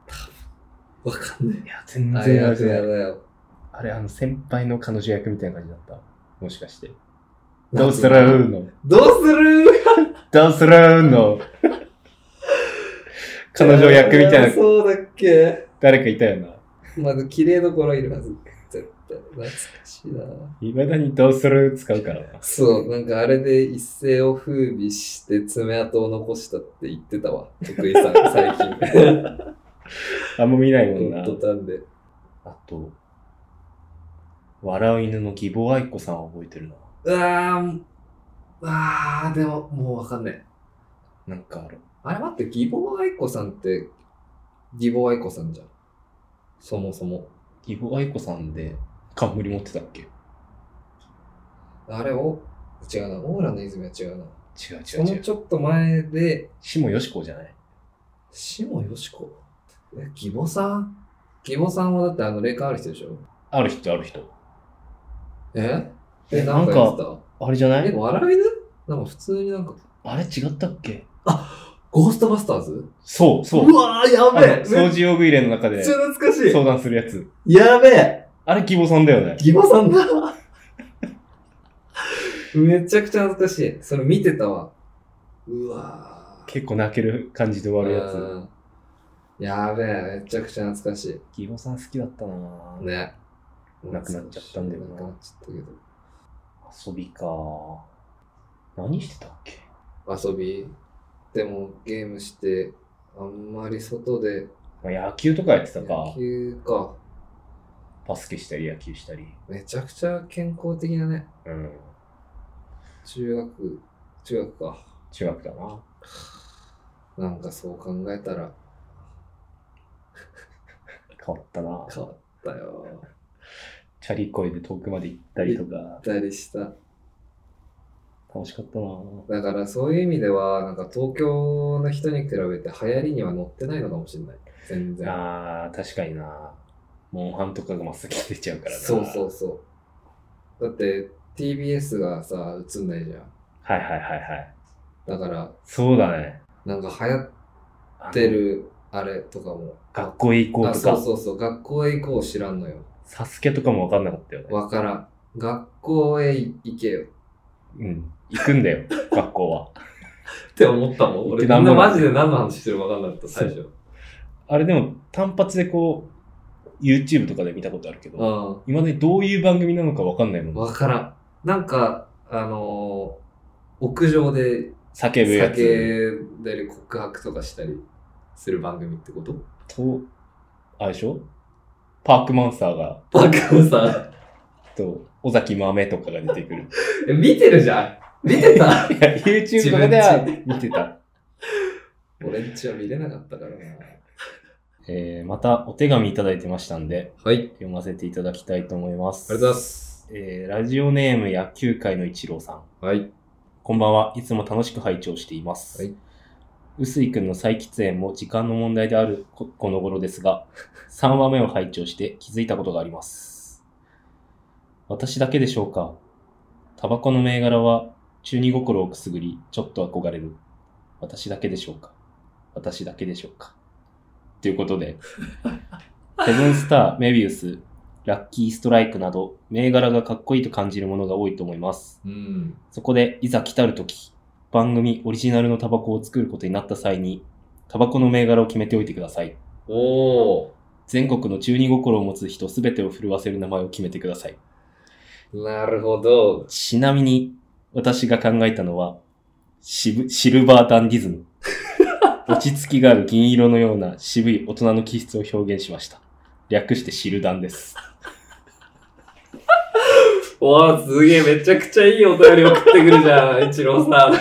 Speaker 2: わかんない。
Speaker 1: いや、全
Speaker 2: あれ
Speaker 1: 然
Speaker 2: や
Speaker 1: あ
Speaker 2: だ
Speaker 1: れない。
Speaker 2: よ。
Speaker 1: あれ、あの、先輩の彼女役みたいな感じだった。もしかして。どう
Speaker 2: 夏
Speaker 1: す
Speaker 2: 菜
Speaker 1: るの
Speaker 2: どうする
Speaker 1: どうするの彼女役みたいな
Speaker 2: そうだっけ
Speaker 1: 誰かいたよな。
Speaker 2: まず綺麗どころいるはず。絶対。懐かしいな。
Speaker 1: いまだにどうする使うからな。
Speaker 2: そう、なんかあれで一世を風靡して爪痕を残したって言ってたわ。徳井さん、
Speaker 1: [LAUGHS]
Speaker 2: 最近。
Speaker 1: あんま見ないもん
Speaker 2: ほ [LAUGHS]
Speaker 1: な。
Speaker 2: んとたんで。
Speaker 1: あと、笑う犬の義母愛子さんは覚えてるな。
Speaker 2: うわー、あー、でももうわかんない。
Speaker 1: なんかある。
Speaker 2: あれ待って、義母愛子さんって、義母愛子さんじゃん。そもそも。
Speaker 1: 義母愛子さんで冠持ってたっけ
Speaker 2: あれを、違うな、オーラの泉は違うな。
Speaker 1: 違う違
Speaker 2: そうの
Speaker 1: 違う。
Speaker 2: ちょっと前で、
Speaker 1: 下よしこじゃない
Speaker 2: 下よしこ。え、義母さん義母さんはだってあの霊感ある人でしょ
Speaker 1: ある人ある人。
Speaker 2: え
Speaker 1: え
Speaker 2: え、なんか
Speaker 1: な
Speaker 2: や
Speaker 1: ん
Speaker 2: ってた
Speaker 1: あれじゃな
Speaker 2: え、
Speaker 1: い
Speaker 2: 笑い犬なんか普通になんか、
Speaker 1: あれ違ったっけ
Speaker 2: ゴーストバスターズ
Speaker 1: そうそう。
Speaker 2: わー、や
Speaker 1: あ
Speaker 2: べえ
Speaker 1: の掃除用具入れの中
Speaker 2: め
Speaker 1: で
Speaker 2: っちゃ懐かしい
Speaker 1: 相談するやつ。
Speaker 2: やべえ
Speaker 1: あれ義母さんだよね。
Speaker 2: 義母さんだめちゃくちゃ懐かしい。それ見てたわ。うわー。
Speaker 1: 結構泣ける感じで終わるやつ。
Speaker 2: うんやべえ、めちゃくちゃ懐かし。
Speaker 1: 義母さん好きだったない
Speaker 2: ね。
Speaker 1: なくなっちゃったんだよな
Speaker 2: なくなっちゃったけど。
Speaker 1: 遊びか。何してたっけ
Speaker 2: 遊びでもゲームしてあんまり外で
Speaker 1: まあ野球とかやってたか
Speaker 2: 野。球か
Speaker 1: バスケしたり野球したり。
Speaker 2: めちゃくちゃ健康的だね
Speaker 1: うん。
Speaker 2: 中学中学か
Speaker 1: 中学だな。
Speaker 2: なんかそう考えたら
Speaker 1: 変わったな。
Speaker 2: 変わったよ
Speaker 1: チャリこいで遠くまで行ったりとか。
Speaker 2: だりした
Speaker 1: 楽しかったな。
Speaker 2: だからそういう意味ではなんか東京の人に比べて流行りには乗ってないのかもしれない全然
Speaker 1: ああ、確かにな。モンハンとかが真っ先に出ちゃうからな。
Speaker 2: そうそう。そうだって TBS がさ映んないじゃん
Speaker 1: はいはいはいはい。
Speaker 2: だから
Speaker 1: そうだね。
Speaker 2: なんか流行っ
Speaker 1: あの
Speaker 2: て。るあれとかも
Speaker 1: 学校へ行こう
Speaker 2: あ
Speaker 1: と
Speaker 2: そう
Speaker 1: か。
Speaker 2: そうそう学校へ行こう知らんのよ
Speaker 1: サスケとかも分かんなかったよね。
Speaker 2: わからん学校へ行けよ
Speaker 1: うん。行くんだよ、 [LAUGHS] 学校は。
Speaker 2: って思ったもん
Speaker 1: 行って
Speaker 2: 俺
Speaker 1: な
Speaker 2: み
Speaker 1: ん
Speaker 2: ん
Speaker 1: ぼ
Speaker 2: な
Speaker 1: なん
Speaker 2: マジで何の話してるか分かんなかった
Speaker 1: そう
Speaker 2: 最初
Speaker 1: あれでも、単発でこう、YouTube とかで見たことあるけ
Speaker 2: う
Speaker 1: ど、
Speaker 2: ん
Speaker 1: いまだにどういう番組なのか分かんないもん。
Speaker 2: わからんなんかあのー屋上で
Speaker 1: 叫ぶや
Speaker 2: 酒
Speaker 1: つ
Speaker 2: で告白とかしたりする番組ってこと
Speaker 1: と、あれでしょパークマンサーが、
Speaker 2: バカをさ
Speaker 1: と、尾崎豆とかが出てくる。 [LAUGHS]
Speaker 2: え見てるじゃん見てた
Speaker 1: いや、YouTube とかでは見てた。
Speaker 2: 俺んちは見れなかったからな。
Speaker 1: えー、またお手紙いただいてましたんで、
Speaker 2: はい。あり
Speaker 1: 読ませていただきたいと思います。。
Speaker 2: がとうございますす。
Speaker 1: えー、ラジオネーム野球界の一郎さん。
Speaker 2: はい。
Speaker 1: こんばんは。いつも楽しく拝聴しています。
Speaker 2: はい。
Speaker 1: 臼井くんの再喫煙も時間の問題であるここの頃ですが、3話 [LAUGHS] 目を拝聴して気づいたことがあります。私だけでしょうか。タバコの銘柄は中二心をくすぐり、ちょっと憧れる。私だけでしょうか。私だけでしょうか。ということ
Speaker 2: [LAUGHS]
Speaker 1: で、セブンスター、メビウス、ラッキーストライクなど、銘柄がかっこいいと感じるものが多いと思います。
Speaker 2: うん。
Speaker 1: そこで、いざ来たるとき、番組オリジナルのタバコを作ることになった際に、タバコの銘柄を決めておいてください。
Speaker 2: おー。
Speaker 1: 全国の中二心を持つ人すべてを震わせる名前を決めてください。
Speaker 2: なるほど。
Speaker 1: ちなみに、私が考えたのは、シブシルバーダンディズ [LAUGHS] ム。落ち着きがある銀色のような渋い大人の気質を表現しました。略してシルダンです。
Speaker 2: わー、すげえ、めちゃくちゃいいお便り送ってくるじゃ [LAUGHS] ん、一郎さん。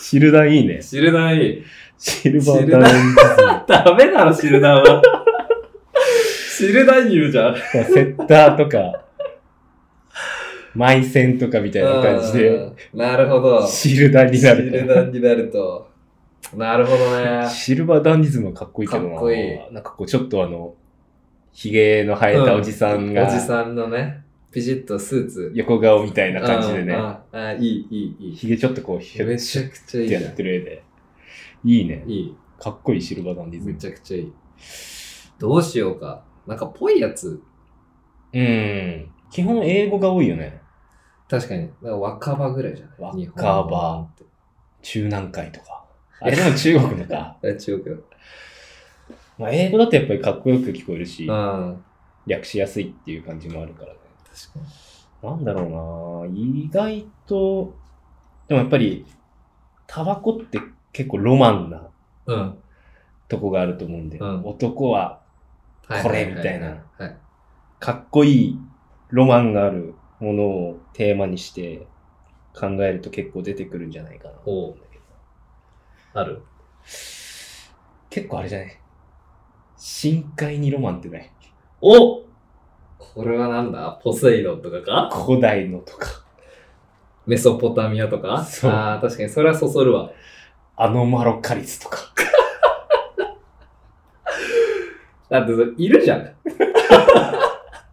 Speaker 1: シルダンいいね。
Speaker 2: 知れない。
Speaker 1: シルバーダンディズム。
Speaker 2: ダメだろ、知るな [LAUGHS] は。知る男優じゃん。
Speaker 1: まあセッターとか、マイセンとかみたいな感じで、
Speaker 2: うん。なるほど。
Speaker 1: シルダーにな
Speaker 2: シル
Speaker 1: る。
Speaker 2: ダンになると。なるほどね。
Speaker 1: シルバーダンディズムはかっこいいけどな。
Speaker 2: かっこい
Speaker 1: なんかこう、ちょっとあの、ひげの生えたおじさん
Speaker 2: お
Speaker 1: が
Speaker 2: じ、さんのね、ピジッとスーツ。
Speaker 1: 横顔みたいな感じで
Speaker 2: うん
Speaker 1: ね、
Speaker 2: ああ、いい、いい、い
Speaker 1: ひげちょっとこう、ひ
Speaker 2: い。
Speaker 1: ゅっ
Speaker 2: めちゃくちゃいい
Speaker 1: て
Speaker 2: じゃ
Speaker 1: や
Speaker 2: ん。
Speaker 1: ってる絵で。いいね。
Speaker 2: いい。
Speaker 1: かっこいいシルバーダンディズ
Speaker 2: め
Speaker 1: ム。
Speaker 2: ちゃくちゃいい。どうしようか。なんか、ぽいやつ。
Speaker 1: うん。基本英語が多いよね。
Speaker 2: 確かに。なんか若葉ぐらいじゃない
Speaker 1: 若葉
Speaker 2: 日本語って
Speaker 1: 中南海とか。あれでも中国の
Speaker 2: [LAUGHS]
Speaker 1: か。
Speaker 2: あれ、中国よ。
Speaker 1: まあ、英語だとやっぱりかっこよく聞こえるし
Speaker 2: う、ん。
Speaker 1: 略しやすいっていう感じもあるからね。
Speaker 2: 確かに。
Speaker 1: なんだろうな意外と、でもやっぱり、タバコって結構ロマンな
Speaker 2: うん。
Speaker 1: とこがあると思うんで、
Speaker 2: うん
Speaker 1: 男は
Speaker 2: は
Speaker 1: これみたいな。
Speaker 2: はい。
Speaker 1: かっこいいロマンがあるものをテーマにして考えると結構出てくるんじゃないかなと思うんだけど。
Speaker 2: ある。
Speaker 1: 結構あれじゃない深海にロマンってない
Speaker 2: おこれはなんだポセイドンとかか
Speaker 1: 古代のとか、
Speaker 2: メソポタミアとか
Speaker 1: そう
Speaker 2: ああ、確かにそれはそそるわ。
Speaker 1: アノマロカリスとか。
Speaker 2: だって、いるじゃん。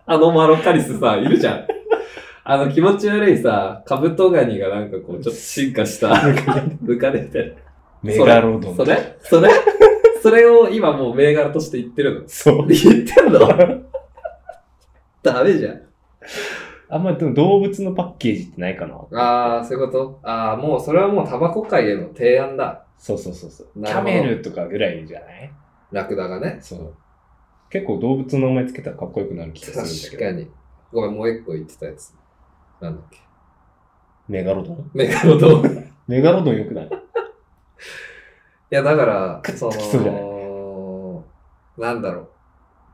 Speaker 2: あのマロカリスさ、いるじゃん。あの気持ち悪いさ、カブトガニがなんかこう、ちょっと進化した、ムカデみたいな。
Speaker 1: メガロドン
Speaker 2: そ
Speaker 1: とか。
Speaker 2: れそれそれを今もう銘柄として言ってるの
Speaker 1: そう。
Speaker 2: 言ってんの [LAUGHS] ダメじゃん。
Speaker 1: あんまりでも動物のパッケージってないかな。
Speaker 2: ああ、そういうことああ、もうそれはもうタバコ界への提案だ。
Speaker 1: そうそうそうそう。キ
Speaker 2: なる
Speaker 1: ャ
Speaker 2: ほど
Speaker 1: メルとかぐらいじゃない
Speaker 2: ラクダがね。
Speaker 1: そう。結構動物の名前つけたらかっこよくなる気がする
Speaker 2: 確
Speaker 1: んだ
Speaker 2: か
Speaker 1: けど。
Speaker 2: に。ごめん、もう一個言ってたやつ。なんだっけ。
Speaker 1: メガロドン
Speaker 2: メガロドン。い
Speaker 1: メガロドンよくない
Speaker 2: や、だから、そ
Speaker 1: きそうじゃな
Speaker 2: の、なんだろう。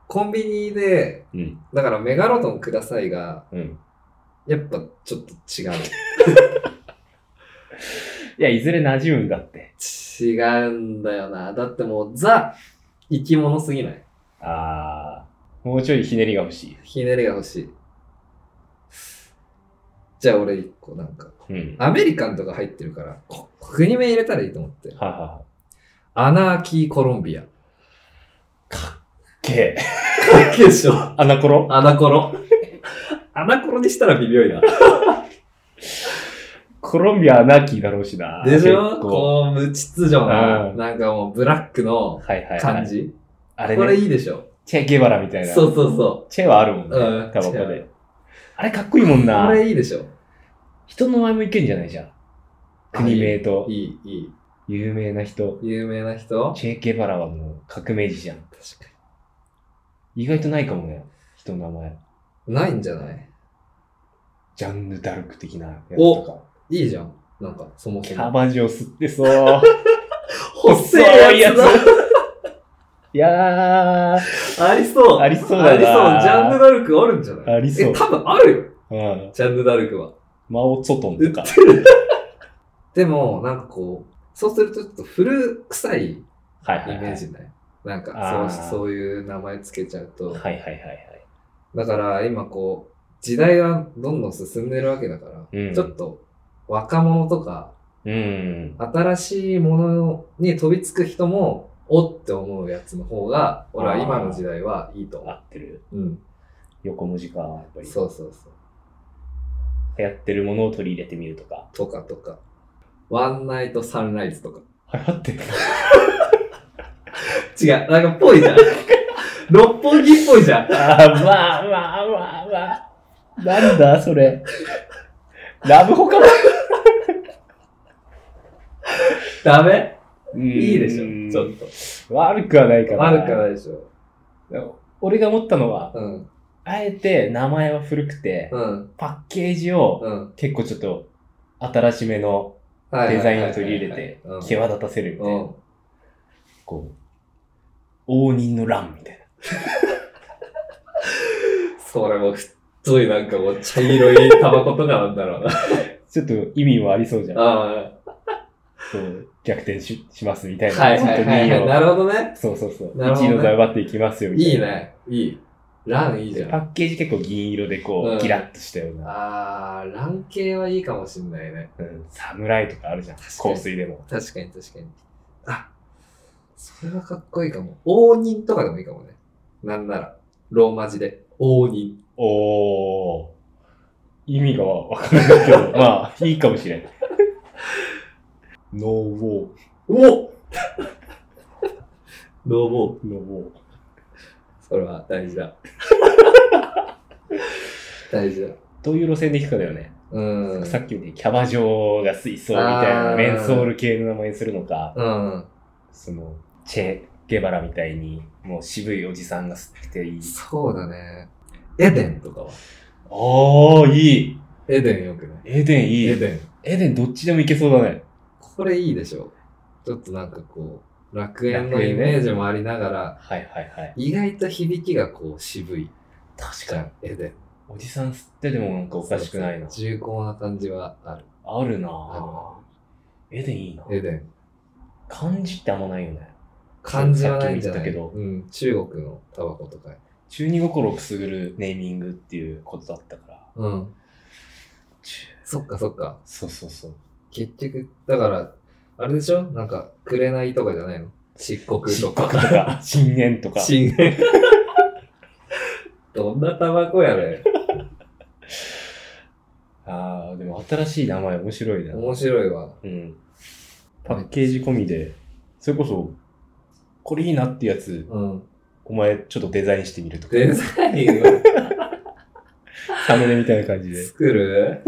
Speaker 2: コンビニで、
Speaker 1: うん。
Speaker 2: だからメガロドンくださいが、
Speaker 1: うん。
Speaker 2: やっぱちょっと違う。
Speaker 1: いや、いずれ馴染むんだって。
Speaker 2: 違うんだよな。だってもう、ザ、生き物すぎない。
Speaker 1: あー。もうちょいひねりが欲しい。
Speaker 2: ひねりが欲しい。じゃあ俺一個なんか、
Speaker 1: うん。
Speaker 2: アメリカンとか入ってるから、こ国名入れたらいいと思って。
Speaker 1: ははは
Speaker 2: アナーキーコロンビア。か
Speaker 1: け
Speaker 2: っけえでしょ。
Speaker 1: アナコロ
Speaker 2: アナコロ。 [LAUGHS] アナコロにしたら微妙いな。
Speaker 1: コロンビアアナーキーだろうしな。
Speaker 2: でしょ
Speaker 1: 結構
Speaker 2: こう、無秩序な、
Speaker 1: うん
Speaker 2: なんかもうブラックの
Speaker 1: はいはい、はい。
Speaker 2: 感。じ。
Speaker 1: あ
Speaker 2: こ
Speaker 1: れ
Speaker 2: れ
Speaker 1: ね。
Speaker 2: いいでしょ。
Speaker 1: チェ・ゲバラみたいな。
Speaker 2: そうそうそ
Speaker 1: チェはあるもん
Speaker 2: う
Speaker 1: ね
Speaker 2: ん。
Speaker 1: タバコ
Speaker 2: チ
Speaker 1: で
Speaker 2: ェ。
Speaker 1: あれかっこいいもん
Speaker 2: う。こ
Speaker 1: な。
Speaker 2: れいいでしょ。
Speaker 1: 人の名前もいけんじゃないじゃん。国名と
Speaker 2: いい、いい。
Speaker 1: 有名な人。
Speaker 2: 有名な人
Speaker 1: チェ・ゲバラはもう革命児じゃん。
Speaker 2: 確か
Speaker 1: 意外とないかもね、人の名前。
Speaker 2: に。ないんじゃない
Speaker 1: ジャンヌ・ダルク的なやつとか。
Speaker 2: いいじゃん。なんか、そもそ
Speaker 1: キ
Speaker 2: も
Speaker 1: ャ。バ嬢吸ってそう。
Speaker 2: 細いやつ
Speaker 1: [LAUGHS]
Speaker 2: だ。
Speaker 1: 細いいやー、
Speaker 2: ありそう。
Speaker 1: ありそうだな
Speaker 2: ありそう。ジャンヌ・ダルクあるんじゃない
Speaker 1: ありそう
Speaker 2: え、多分あるよ。
Speaker 1: うん。
Speaker 2: ジャンヌ・ダルクは。
Speaker 1: マオツォトン
Speaker 2: 売
Speaker 1: と
Speaker 2: っ
Speaker 1: か。
Speaker 2: てる。 [LAUGHS] でも、なんかこう、そうするとちょっと古臭いイ
Speaker 1: はいはいはい。
Speaker 2: メージない。なん
Speaker 1: あ
Speaker 2: か
Speaker 1: ー
Speaker 2: そう、そういう名前つけちゃうと。
Speaker 1: はいはいはいはい。
Speaker 2: だから今こう、時代はどんどん進んでるわけだから、
Speaker 1: うん
Speaker 2: ちょっと若者とか、
Speaker 1: うん。
Speaker 2: 新しいものに飛びつく人も、おって思うやつの方が、俺は今の時代はいいと
Speaker 1: 合
Speaker 2: 思
Speaker 1: ってる。
Speaker 2: う。うん。
Speaker 1: 横文字か、やっぱり。
Speaker 2: そうそうそう。
Speaker 1: 流行ってるものを取り入れてみるとか。
Speaker 2: とかとか。ワンナイトサンライズとか。
Speaker 1: 流行ってる。
Speaker 2: 違う、なんかぽいじゃん。 [LAUGHS] 六本木っぽいじゃん。
Speaker 1: あー、まあまあまあまあ。なんだそれ。ラブホかな
Speaker 2: ダメい
Speaker 1: い
Speaker 2: [LAUGHS] いでしょ、ちょっと。
Speaker 1: 悪くはないから。
Speaker 2: 悪くないでしょ。
Speaker 1: 俺が思ったのは、
Speaker 2: うん。
Speaker 1: あえて名前は古くて、
Speaker 2: うん。
Speaker 1: パッケージを
Speaker 2: うん。
Speaker 1: 結構ちょっと新しめの
Speaker 2: はいはいはいは
Speaker 1: デザイ
Speaker 2: い
Speaker 1: ンを取り入れて
Speaker 2: うん、
Speaker 1: 際立たせるみた
Speaker 2: う
Speaker 1: い
Speaker 2: ん
Speaker 1: な。。こう、応仁の乱みたい
Speaker 2: それもふっといなんかもう茶色いタバコとかなんだろう [LAUGHS] な。
Speaker 1: な。ちょっと意味もありそうじゃん。
Speaker 2: あ
Speaker 1: そう逆転ししますみたい
Speaker 2: あ。
Speaker 1: な。
Speaker 2: はいはいはい、はい。な
Speaker 1: ちょっと2位を
Speaker 2: るほどね。
Speaker 1: そうそうそう。
Speaker 2: なるほど
Speaker 1: 1
Speaker 2: ね
Speaker 1: 位の座奪っていきますよみた
Speaker 2: い
Speaker 1: い
Speaker 2: い
Speaker 1: な。
Speaker 2: ね。いい。ランいいじゃん。
Speaker 1: パッケージ結構銀色でこう、
Speaker 2: うん
Speaker 1: ギラッとしたような、
Speaker 2: あー、ラン系はいいかもしんないね。
Speaker 1: うん、侍とかあるじゃん。
Speaker 2: 確かに
Speaker 1: 香水でも。
Speaker 2: 確かに確かに。あ、それはかっこいいかも。応仁とかでもいいかもね。なんなら、ローマ字で。応仁。
Speaker 1: おー。意味がわからないけ [LAUGHS] ど、まあ、いいかもしれん。ノーウォ
Speaker 2: [LAUGHS] おどうも。
Speaker 1: ー、ノーウォー。
Speaker 2: それは大事 [LAUGHS] だ。大事だ。
Speaker 1: どういう路線で行くかだよね。
Speaker 2: うん。
Speaker 1: さっきみたいにキャバ嬢が水槽みたい
Speaker 2: あ
Speaker 1: な、
Speaker 2: ー
Speaker 1: メンソール系の名前にするのか、
Speaker 2: うん。
Speaker 1: その、チェ・ゲバラみたいに、もう渋いおじさんが好きていい。
Speaker 2: そうだね。エデンとかは。
Speaker 1: おー、いい。
Speaker 2: エデンよくない
Speaker 1: エデンいい。
Speaker 2: エ
Speaker 1: エデン、
Speaker 2: デン。
Speaker 1: どっちでもいけそうだね。
Speaker 2: これいいでしょ。ちょっとなんかこう、楽園のイメージもありながら、
Speaker 1: はいはいはい。
Speaker 2: 意外と響きがこう渋い。
Speaker 1: 確
Speaker 2: じゃん、エデン。
Speaker 1: おじさん吸ってでもなんかおかしくないな。
Speaker 2: そうそう重厚な感じはある。
Speaker 1: あるな
Speaker 2: あ
Speaker 1: ぁ。絵でいいな
Speaker 2: エデン。
Speaker 1: 漢字ってあんまないよね。
Speaker 2: 漢字はないんじゃ
Speaker 1: さ
Speaker 2: な
Speaker 1: っ
Speaker 2: い
Speaker 1: きも言ったけど、
Speaker 2: うん、中国のタバコとか。
Speaker 1: 中二心をくすぐるネーミングっていうことだったから。
Speaker 2: うん。
Speaker 1: 中
Speaker 2: そっかそっか。
Speaker 1: そうそうそう。
Speaker 2: 結局、だから、あれでしょなんか、紅とかじゃないの漆黒
Speaker 1: 漆
Speaker 2: と
Speaker 1: 黒と
Speaker 2: か。
Speaker 1: [LAUGHS] か、深淵とか。
Speaker 2: 新年。 [LAUGHS] どんなタバコやね
Speaker 1: ああ、でも新しい名前面白いな。
Speaker 2: ん。面白いわ。
Speaker 1: うん。パッケージ込みで、それこそ、これいいなってやつ、
Speaker 2: うん。
Speaker 1: お前ちょっとデザインしてみるとか。
Speaker 2: デザインを
Speaker 1: サムネみたいな感じで。
Speaker 2: 作る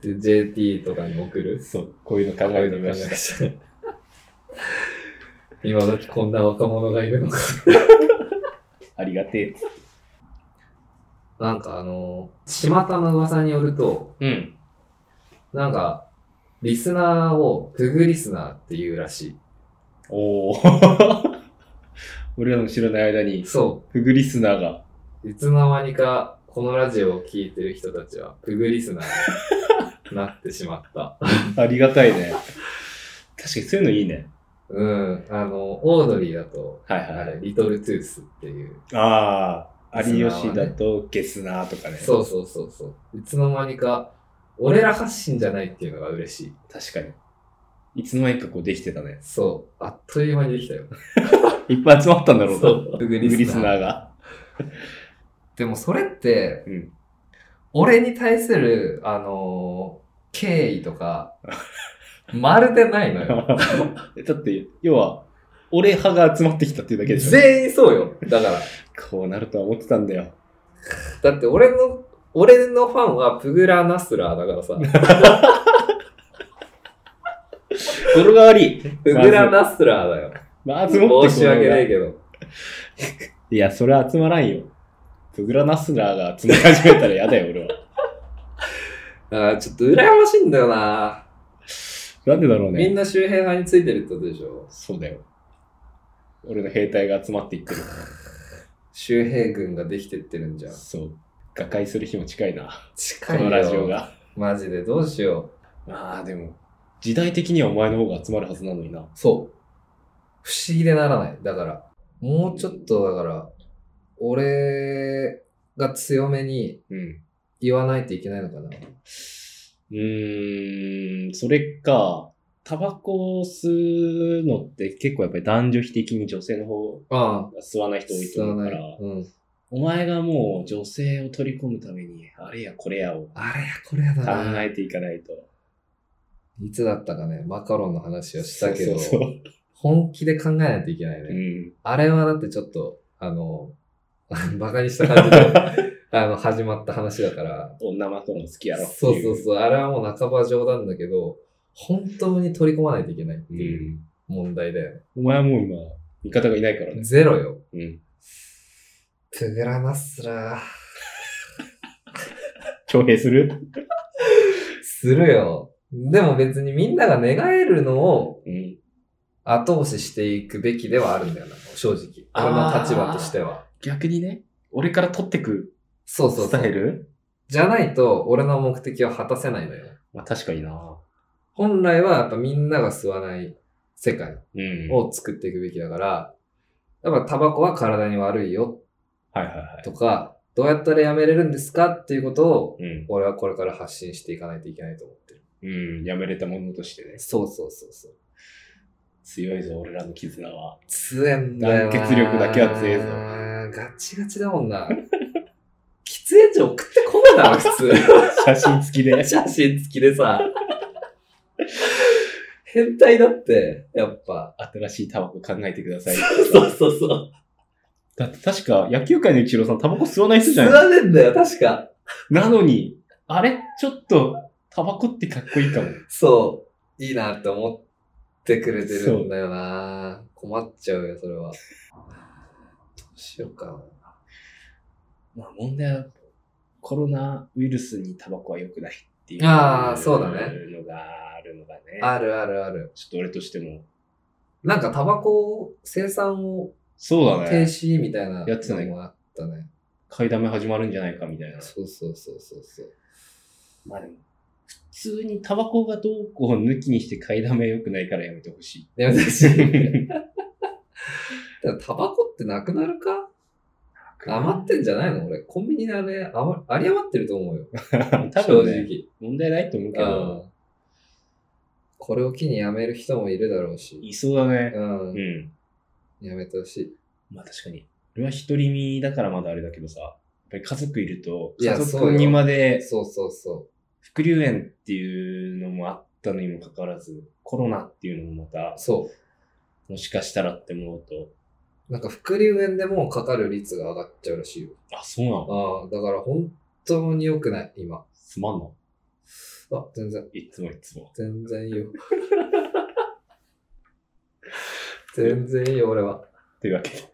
Speaker 2: で ?JT とかに送
Speaker 1: [LAUGHS]
Speaker 2: る
Speaker 1: そう、こういうの考えてみました。
Speaker 2: た。今時こんな若者がいるのか。
Speaker 1: ありがてえ。
Speaker 2: なんかあの、巷の噂によると、
Speaker 1: うん。
Speaker 2: なんか、リスナーをフグリスナーっていうらし
Speaker 1: おお。 [LAUGHS] 俺らの知らない間に
Speaker 2: い。、そ
Speaker 1: フグリスナーが。
Speaker 2: う。いつの間にか、このラジオを聴いてる人たちは、フグリスナ
Speaker 1: [LAUGHS]
Speaker 2: ーになってしまった。
Speaker 1: ありがたいね。確かにそういうのいいね。
Speaker 2: うん。あの、オードリーだと、
Speaker 1: はい
Speaker 2: あ
Speaker 1: はい。
Speaker 2: れ、リトルトゥースっていう。
Speaker 1: ああ、
Speaker 2: リスナー
Speaker 1: 有
Speaker 2: はね
Speaker 1: 吉だとゲスナーとかね。
Speaker 2: そうそうそうそう。いつの間にか、俺ら発信じゃないっていうのが嬉しい。
Speaker 1: 確かに。いつの間にかこうできてたね。
Speaker 2: そう。あっという間にできたよ。
Speaker 1: いっぱい集まったんだろうな。
Speaker 2: そう
Speaker 1: フグリスナーが。
Speaker 2: でもそれっ
Speaker 1: [LAUGHS]
Speaker 2: て、
Speaker 1: うん
Speaker 2: 俺に対する、あのー敬意
Speaker 1: [LAUGHS]
Speaker 2: とか、まるでないのよ。
Speaker 1: だって、要は、俺派が集まってきたっていうだけでしょ。
Speaker 2: 全員そうよ。だから。
Speaker 1: こうなるとは思ってたんだよ。
Speaker 2: だって俺の、俺のファンはプグラナスラーだか
Speaker 1: [LAUGHS]
Speaker 2: らさ。
Speaker 1: 語呂が悪い。 [LAUGHS]
Speaker 2: プグラナスラーだよ。
Speaker 1: まあ、集まってこう
Speaker 2: 申し訳ないけど。
Speaker 1: いや、それは集まらんよ。プグラナスラーが集まり始めたら嫌だよ、 [LAUGHS] 俺は。
Speaker 2: あーちょっと羨ましいんだよな、
Speaker 1: なんでだろう
Speaker 2: みん
Speaker 1: ね。
Speaker 2: な周平派についてるってことでしょ。
Speaker 1: そうだよ。俺の兵隊が集まっていってる。
Speaker 2: 周平軍ができてってるんじゃん。
Speaker 1: そう。瓦解する日も近いな。こ
Speaker 2: 近いよ。
Speaker 1: のラジオ。が。
Speaker 2: マジでどうしよ
Speaker 1: まあでも、時代的にはお前の方が集まるはずなのにな
Speaker 2: う。。そう。不思議でならない。だから、もうちょっとだから、俺が強めに
Speaker 1: うん。
Speaker 2: 言わないといけないのかな。
Speaker 1: うーん、それか、タバコを吸うのって結構やっぱり男女比的に女性の方
Speaker 2: ああ。
Speaker 1: が吸わない人多いと思うから、
Speaker 2: うん。
Speaker 1: お前がもう女性を取り込むために、あれやこれやを
Speaker 2: あれやこれや
Speaker 1: 考
Speaker 2: だな。
Speaker 1: えていかないと。
Speaker 2: いつだったかね、マカロンの話をしたけど、
Speaker 1: そうそう
Speaker 2: 本気で考えないといけないね。
Speaker 1: そう。うん。
Speaker 2: あれはだってちょっと、あの、 [LAUGHS] バカにした感
Speaker 1: [LAUGHS]
Speaker 2: じで、あの、始まった話だから。
Speaker 1: 女マコの好きやろって
Speaker 2: そう
Speaker 1: い
Speaker 2: そうそう、あれはもう半ば冗談だけど、本当に取り込まないといけないっていう
Speaker 1: うん。
Speaker 2: 問題だよね。
Speaker 1: お前はもう今、味方がいないからね。
Speaker 2: ゼロよ。
Speaker 1: うん。
Speaker 2: プグラナスラー。
Speaker 1: 徴兵する
Speaker 2: するよ。でも別にみんなが願えるのを
Speaker 1: うん。
Speaker 2: 後押ししていくべきではあるんだよな、正直。
Speaker 1: あー
Speaker 2: 俺の立場としては。
Speaker 1: 逆にね、俺から取ってく
Speaker 2: そうそう
Speaker 1: ス
Speaker 2: そ
Speaker 1: タイ
Speaker 2: う。
Speaker 1: ル
Speaker 2: じゃないと、俺の目的は果たせないのよ。
Speaker 1: まあ確かにな。
Speaker 2: 本来はやっぱみんなが吸わない世界
Speaker 1: うんはい
Speaker 2: を作っていくべきだから、やっぱタバコは体に悪いよ
Speaker 1: はいはい。
Speaker 2: とか、どうやったらやめれるんですかっていうことを、
Speaker 1: うん。
Speaker 2: 俺はこれから発信していかないといけないと思ってる。
Speaker 1: うん。やめれたものとしてね。
Speaker 2: そうそうそうそう。
Speaker 1: 強いぞ、俺らの絆は。
Speaker 2: 強えんだよな。
Speaker 1: 団結力だけは強えぞ
Speaker 2: ガチガチだもんな。喫煙所送ってこんなの普通。 [LAUGHS]
Speaker 1: 写真付きで。
Speaker 2: 写真付きでさ。変態だって、やっぱ。
Speaker 1: 新しいタバコ考えてください。
Speaker 2: そうそうそう。
Speaker 1: だって確か野球界のイチローさんタバコ吸わない人じゃ
Speaker 2: 吸
Speaker 1: ない
Speaker 2: わねえんだよ、確か。
Speaker 1: なのに、あれちょっと、タバコってかっこいいかも。
Speaker 2: そう。いいなって思ってくれてるんだよな。困っちゃうよ、それは。どうしようかな。
Speaker 1: まあ問題は、コロナウイルスにタバコは良くないっていう。
Speaker 2: あーそうだね
Speaker 1: のがあるのがね。
Speaker 2: あるあるある。
Speaker 1: ちょっと俺としても。
Speaker 2: なんかタバコ生産を
Speaker 1: そうだ
Speaker 2: 停
Speaker 1: ね。
Speaker 2: 止みたいな
Speaker 1: やってたね
Speaker 2: のもあったね。
Speaker 1: 買いだめ始まるんじゃないかみたいな。
Speaker 2: そうそうそうそうそう。
Speaker 1: まあでも、普通にタバコがどうこう抜きにして買いだめ良くないからやめてほしい。
Speaker 2: でも私、 [LAUGHS] だからタバコってなくなるか余ってんじゃないの俺、コンビニであれ、あまあり余ってると思うよ。
Speaker 1: 多分
Speaker 2: 正
Speaker 1: ね、
Speaker 2: 直。
Speaker 1: 問題ないと思うけど、
Speaker 2: うんこれを機に辞める人もいるだろうし、
Speaker 1: いそうだね。
Speaker 2: うん
Speaker 1: う、ん。
Speaker 2: 辞めてほしい。
Speaker 1: まあ確かに。俺は独り身だからまだあれだけどさ、やっぱり家族いると、
Speaker 2: いや
Speaker 1: 家
Speaker 2: そ
Speaker 1: 族
Speaker 2: うよ
Speaker 1: にまで
Speaker 2: そうそうそ
Speaker 1: 副流炎っていうのもあったのにもかかわらず、コロナっていうのもまた
Speaker 2: う。、そ
Speaker 1: もしかしたらって思うと、
Speaker 2: う。なんか、副流炎でもかかる率が上がっちゃうらしいよ。
Speaker 1: あ、そうなの
Speaker 2: ああ、だから本当に良くない、今。
Speaker 1: すまんの
Speaker 2: あ、全然、
Speaker 1: いつもいつも。
Speaker 2: 全然いいよ。全然いいよ、俺は。
Speaker 1: というわけで、 [LAUGHS]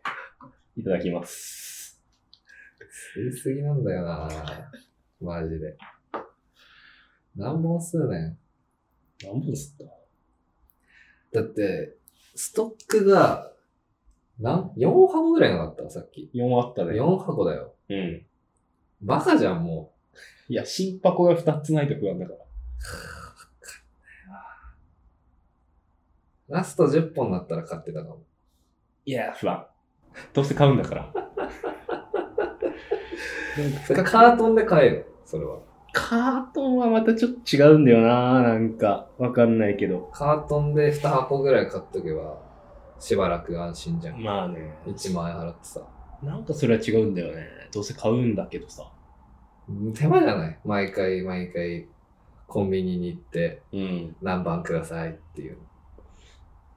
Speaker 1: いただきます。
Speaker 2: 吸いすぎなんだよなマジで。何本吸うねん。
Speaker 1: 何本吸った
Speaker 2: だって、ストックが、なん ?4 箱ぐらいなかったさっき。
Speaker 1: ?4 あったね。
Speaker 2: 4箱だよ。
Speaker 1: うん。
Speaker 2: バカじゃん、も
Speaker 1: いや、新箱が2つないと不安だから。
Speaker 2: う。ラスト10本だったら買ってたかも。
Speaker 1: いや、不安。どうせ買うんだから。でも
Speaker 2: それカートンで買えよ、それは。
Speaker 1: カートンはまたちょっと違うんだよななんか、わかんないけど。
Speaker 2: カートンで2箱ぐらい買っとけば、しばらく安心じゃん。
Speaker 1: まあね。
Speaker 2: 1万円払ってさ。
Speaker 1: なんかそれは違うんだよね。どうせ買うんだけどさ。
Speaker 2: うん手間じゃない毎回毎回、コンビニに行って、
Speaker 1: うん。
Speaker 2: 何番くださいっていう。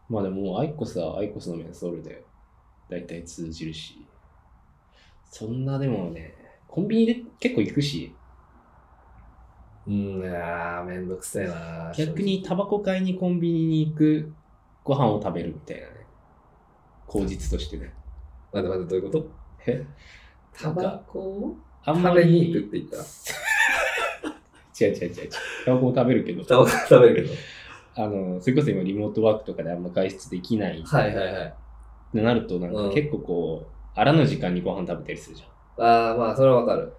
Speaker 1: まあでも、アイコスはアイコスのメンソールで、だいたい通じるし。そんなでもね、コンビニで結構行くし、
Speaker 2: うん、いやー、めんどくせえな
Speaker 1: 逆にタバコ買いにコンビニに行く、ご飯を食べるみたいなね。口実としてね。
Speaker 2: 正直。待って待って、どういうこ
Speaker 1: え
Speaker 2: とタバコを
Speaker 1: あんま
Speaker 2: 食
Speaker 1: り
Speaker 2: べに行くって言った
Speaker 1: [LAUGHS] 違う違う違う違う。タバコも食べるけど。
Speaker 2: タバコ食べるけど。
Speaker 1: あの、それこそ今リモートワークとかであんま外出できない
Speaker 2: はいはいはい。
Speaker 1: ってなると、なんか
Speaker 2: うん
Speaker 1: 結構こう、あらぬ時間にご飯食べたりするじゃ
Speaker 2: ああ、まあ、それはわかる。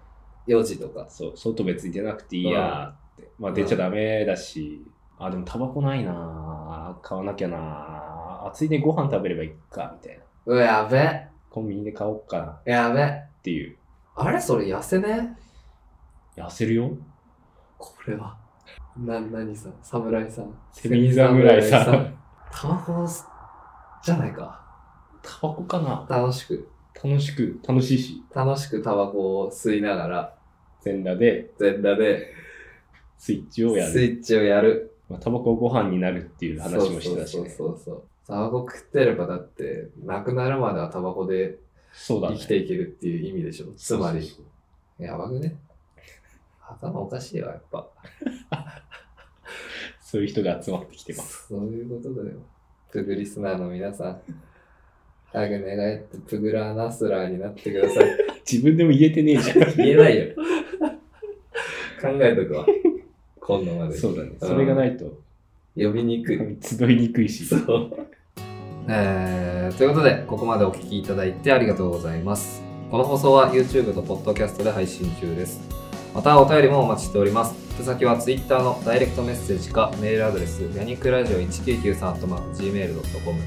Speaker 2: 4時とか
Speaker 1: ん。。そう、外別に出なくていいやーって。まあ出ちゃダメだし、あ、でもタバコないなー買わなきゃなー暑いね、ご飯食べればいいか、みたいな。
Speaker 2: うわ、やべ。
Speaker 1: コンビニで買おうかなっ
Speaker 2: やべ。
Speaker 1: ていう。
Speaker 2: あれそれ痩せね
Speaker 1: 痩せるよ
Speaker 2: これは。な、なにさん侍さん。
Speaker 1: セミ侍さん
Speaker 2: セミ侍さん。タバコ吸じゃないか。
Speaker 1: タバコかな
Speaker 2: 楽しく。
Speaker 1: 楽しく、楽しいし、
Speaker 2: 楽しくタバコを吸いながら、
Speaker 1: 全裸で
Speaker 2: 全裸で
Speaker 1: スイッチ
Speaker 2: ス
Speaker 1: をやる。
Speaker 2: イッチをやる。
Speaker 1: まあ、タバコをご飯になるっていう話もしてたし
Speaker 2: そう
Speaker 1: ね。
Speaker 2: そうそうそう。タバコ食ってればだって、亡くなるまではタバコで
Speaker 1: そうだ
Speaker 2: 生
Speaker 1: ね。
Speaker 2: きていけるっていう意味でしょ。つま
Speaker 1: そう
Speaker 2: り
Speaker 1: そう。そう
Speaker 2: やばくね頭おかしいわ、やっぱ。
Speaker 1: そういう人が集まってきてます。
Speaker 2: そういうことだよ。プグリスナーの皆さん。早く願いってプグラーナスラーになってください。
Speaker 1: 自分でも言えてねえじゃん。
Speaker 2: 言えないよ。考えとくわ。今度までに。
Speaker 1: そうだね。それがないと、
Speaker 2: 呼びにくい。
Speaker 1: 集いにくいし。
Speaker 2: [LAUGHS] そう。えーということで、ここまでお聞きいただいてありがとうございます。この放送は YouTube と Podcast で配信中です。またお便りもお待ちしております。宛先は Twitter のダイレクトメッセージかメールアドレス、ヤニクラジオ 1993-gmail.com、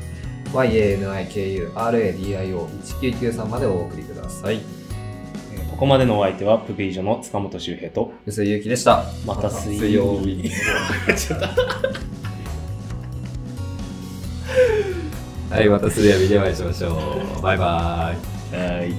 Speaker 2: yanikuradio1993 までお送りください。
Speaker 1: えーここまでのお相手は、プペイジョの塚本周平と、
Speaker 2: 薄井ゆうきでした。
Speaker 1: また水
Speaker 2: 曜
Speaker 1: 曜
Speaker 2: 日
Speaker 1: 日。ちょっと
Speaker 2: はい、また水曜日でお会いしましょう。バイバイ。
Speaker 1: [LAUGHS] はい。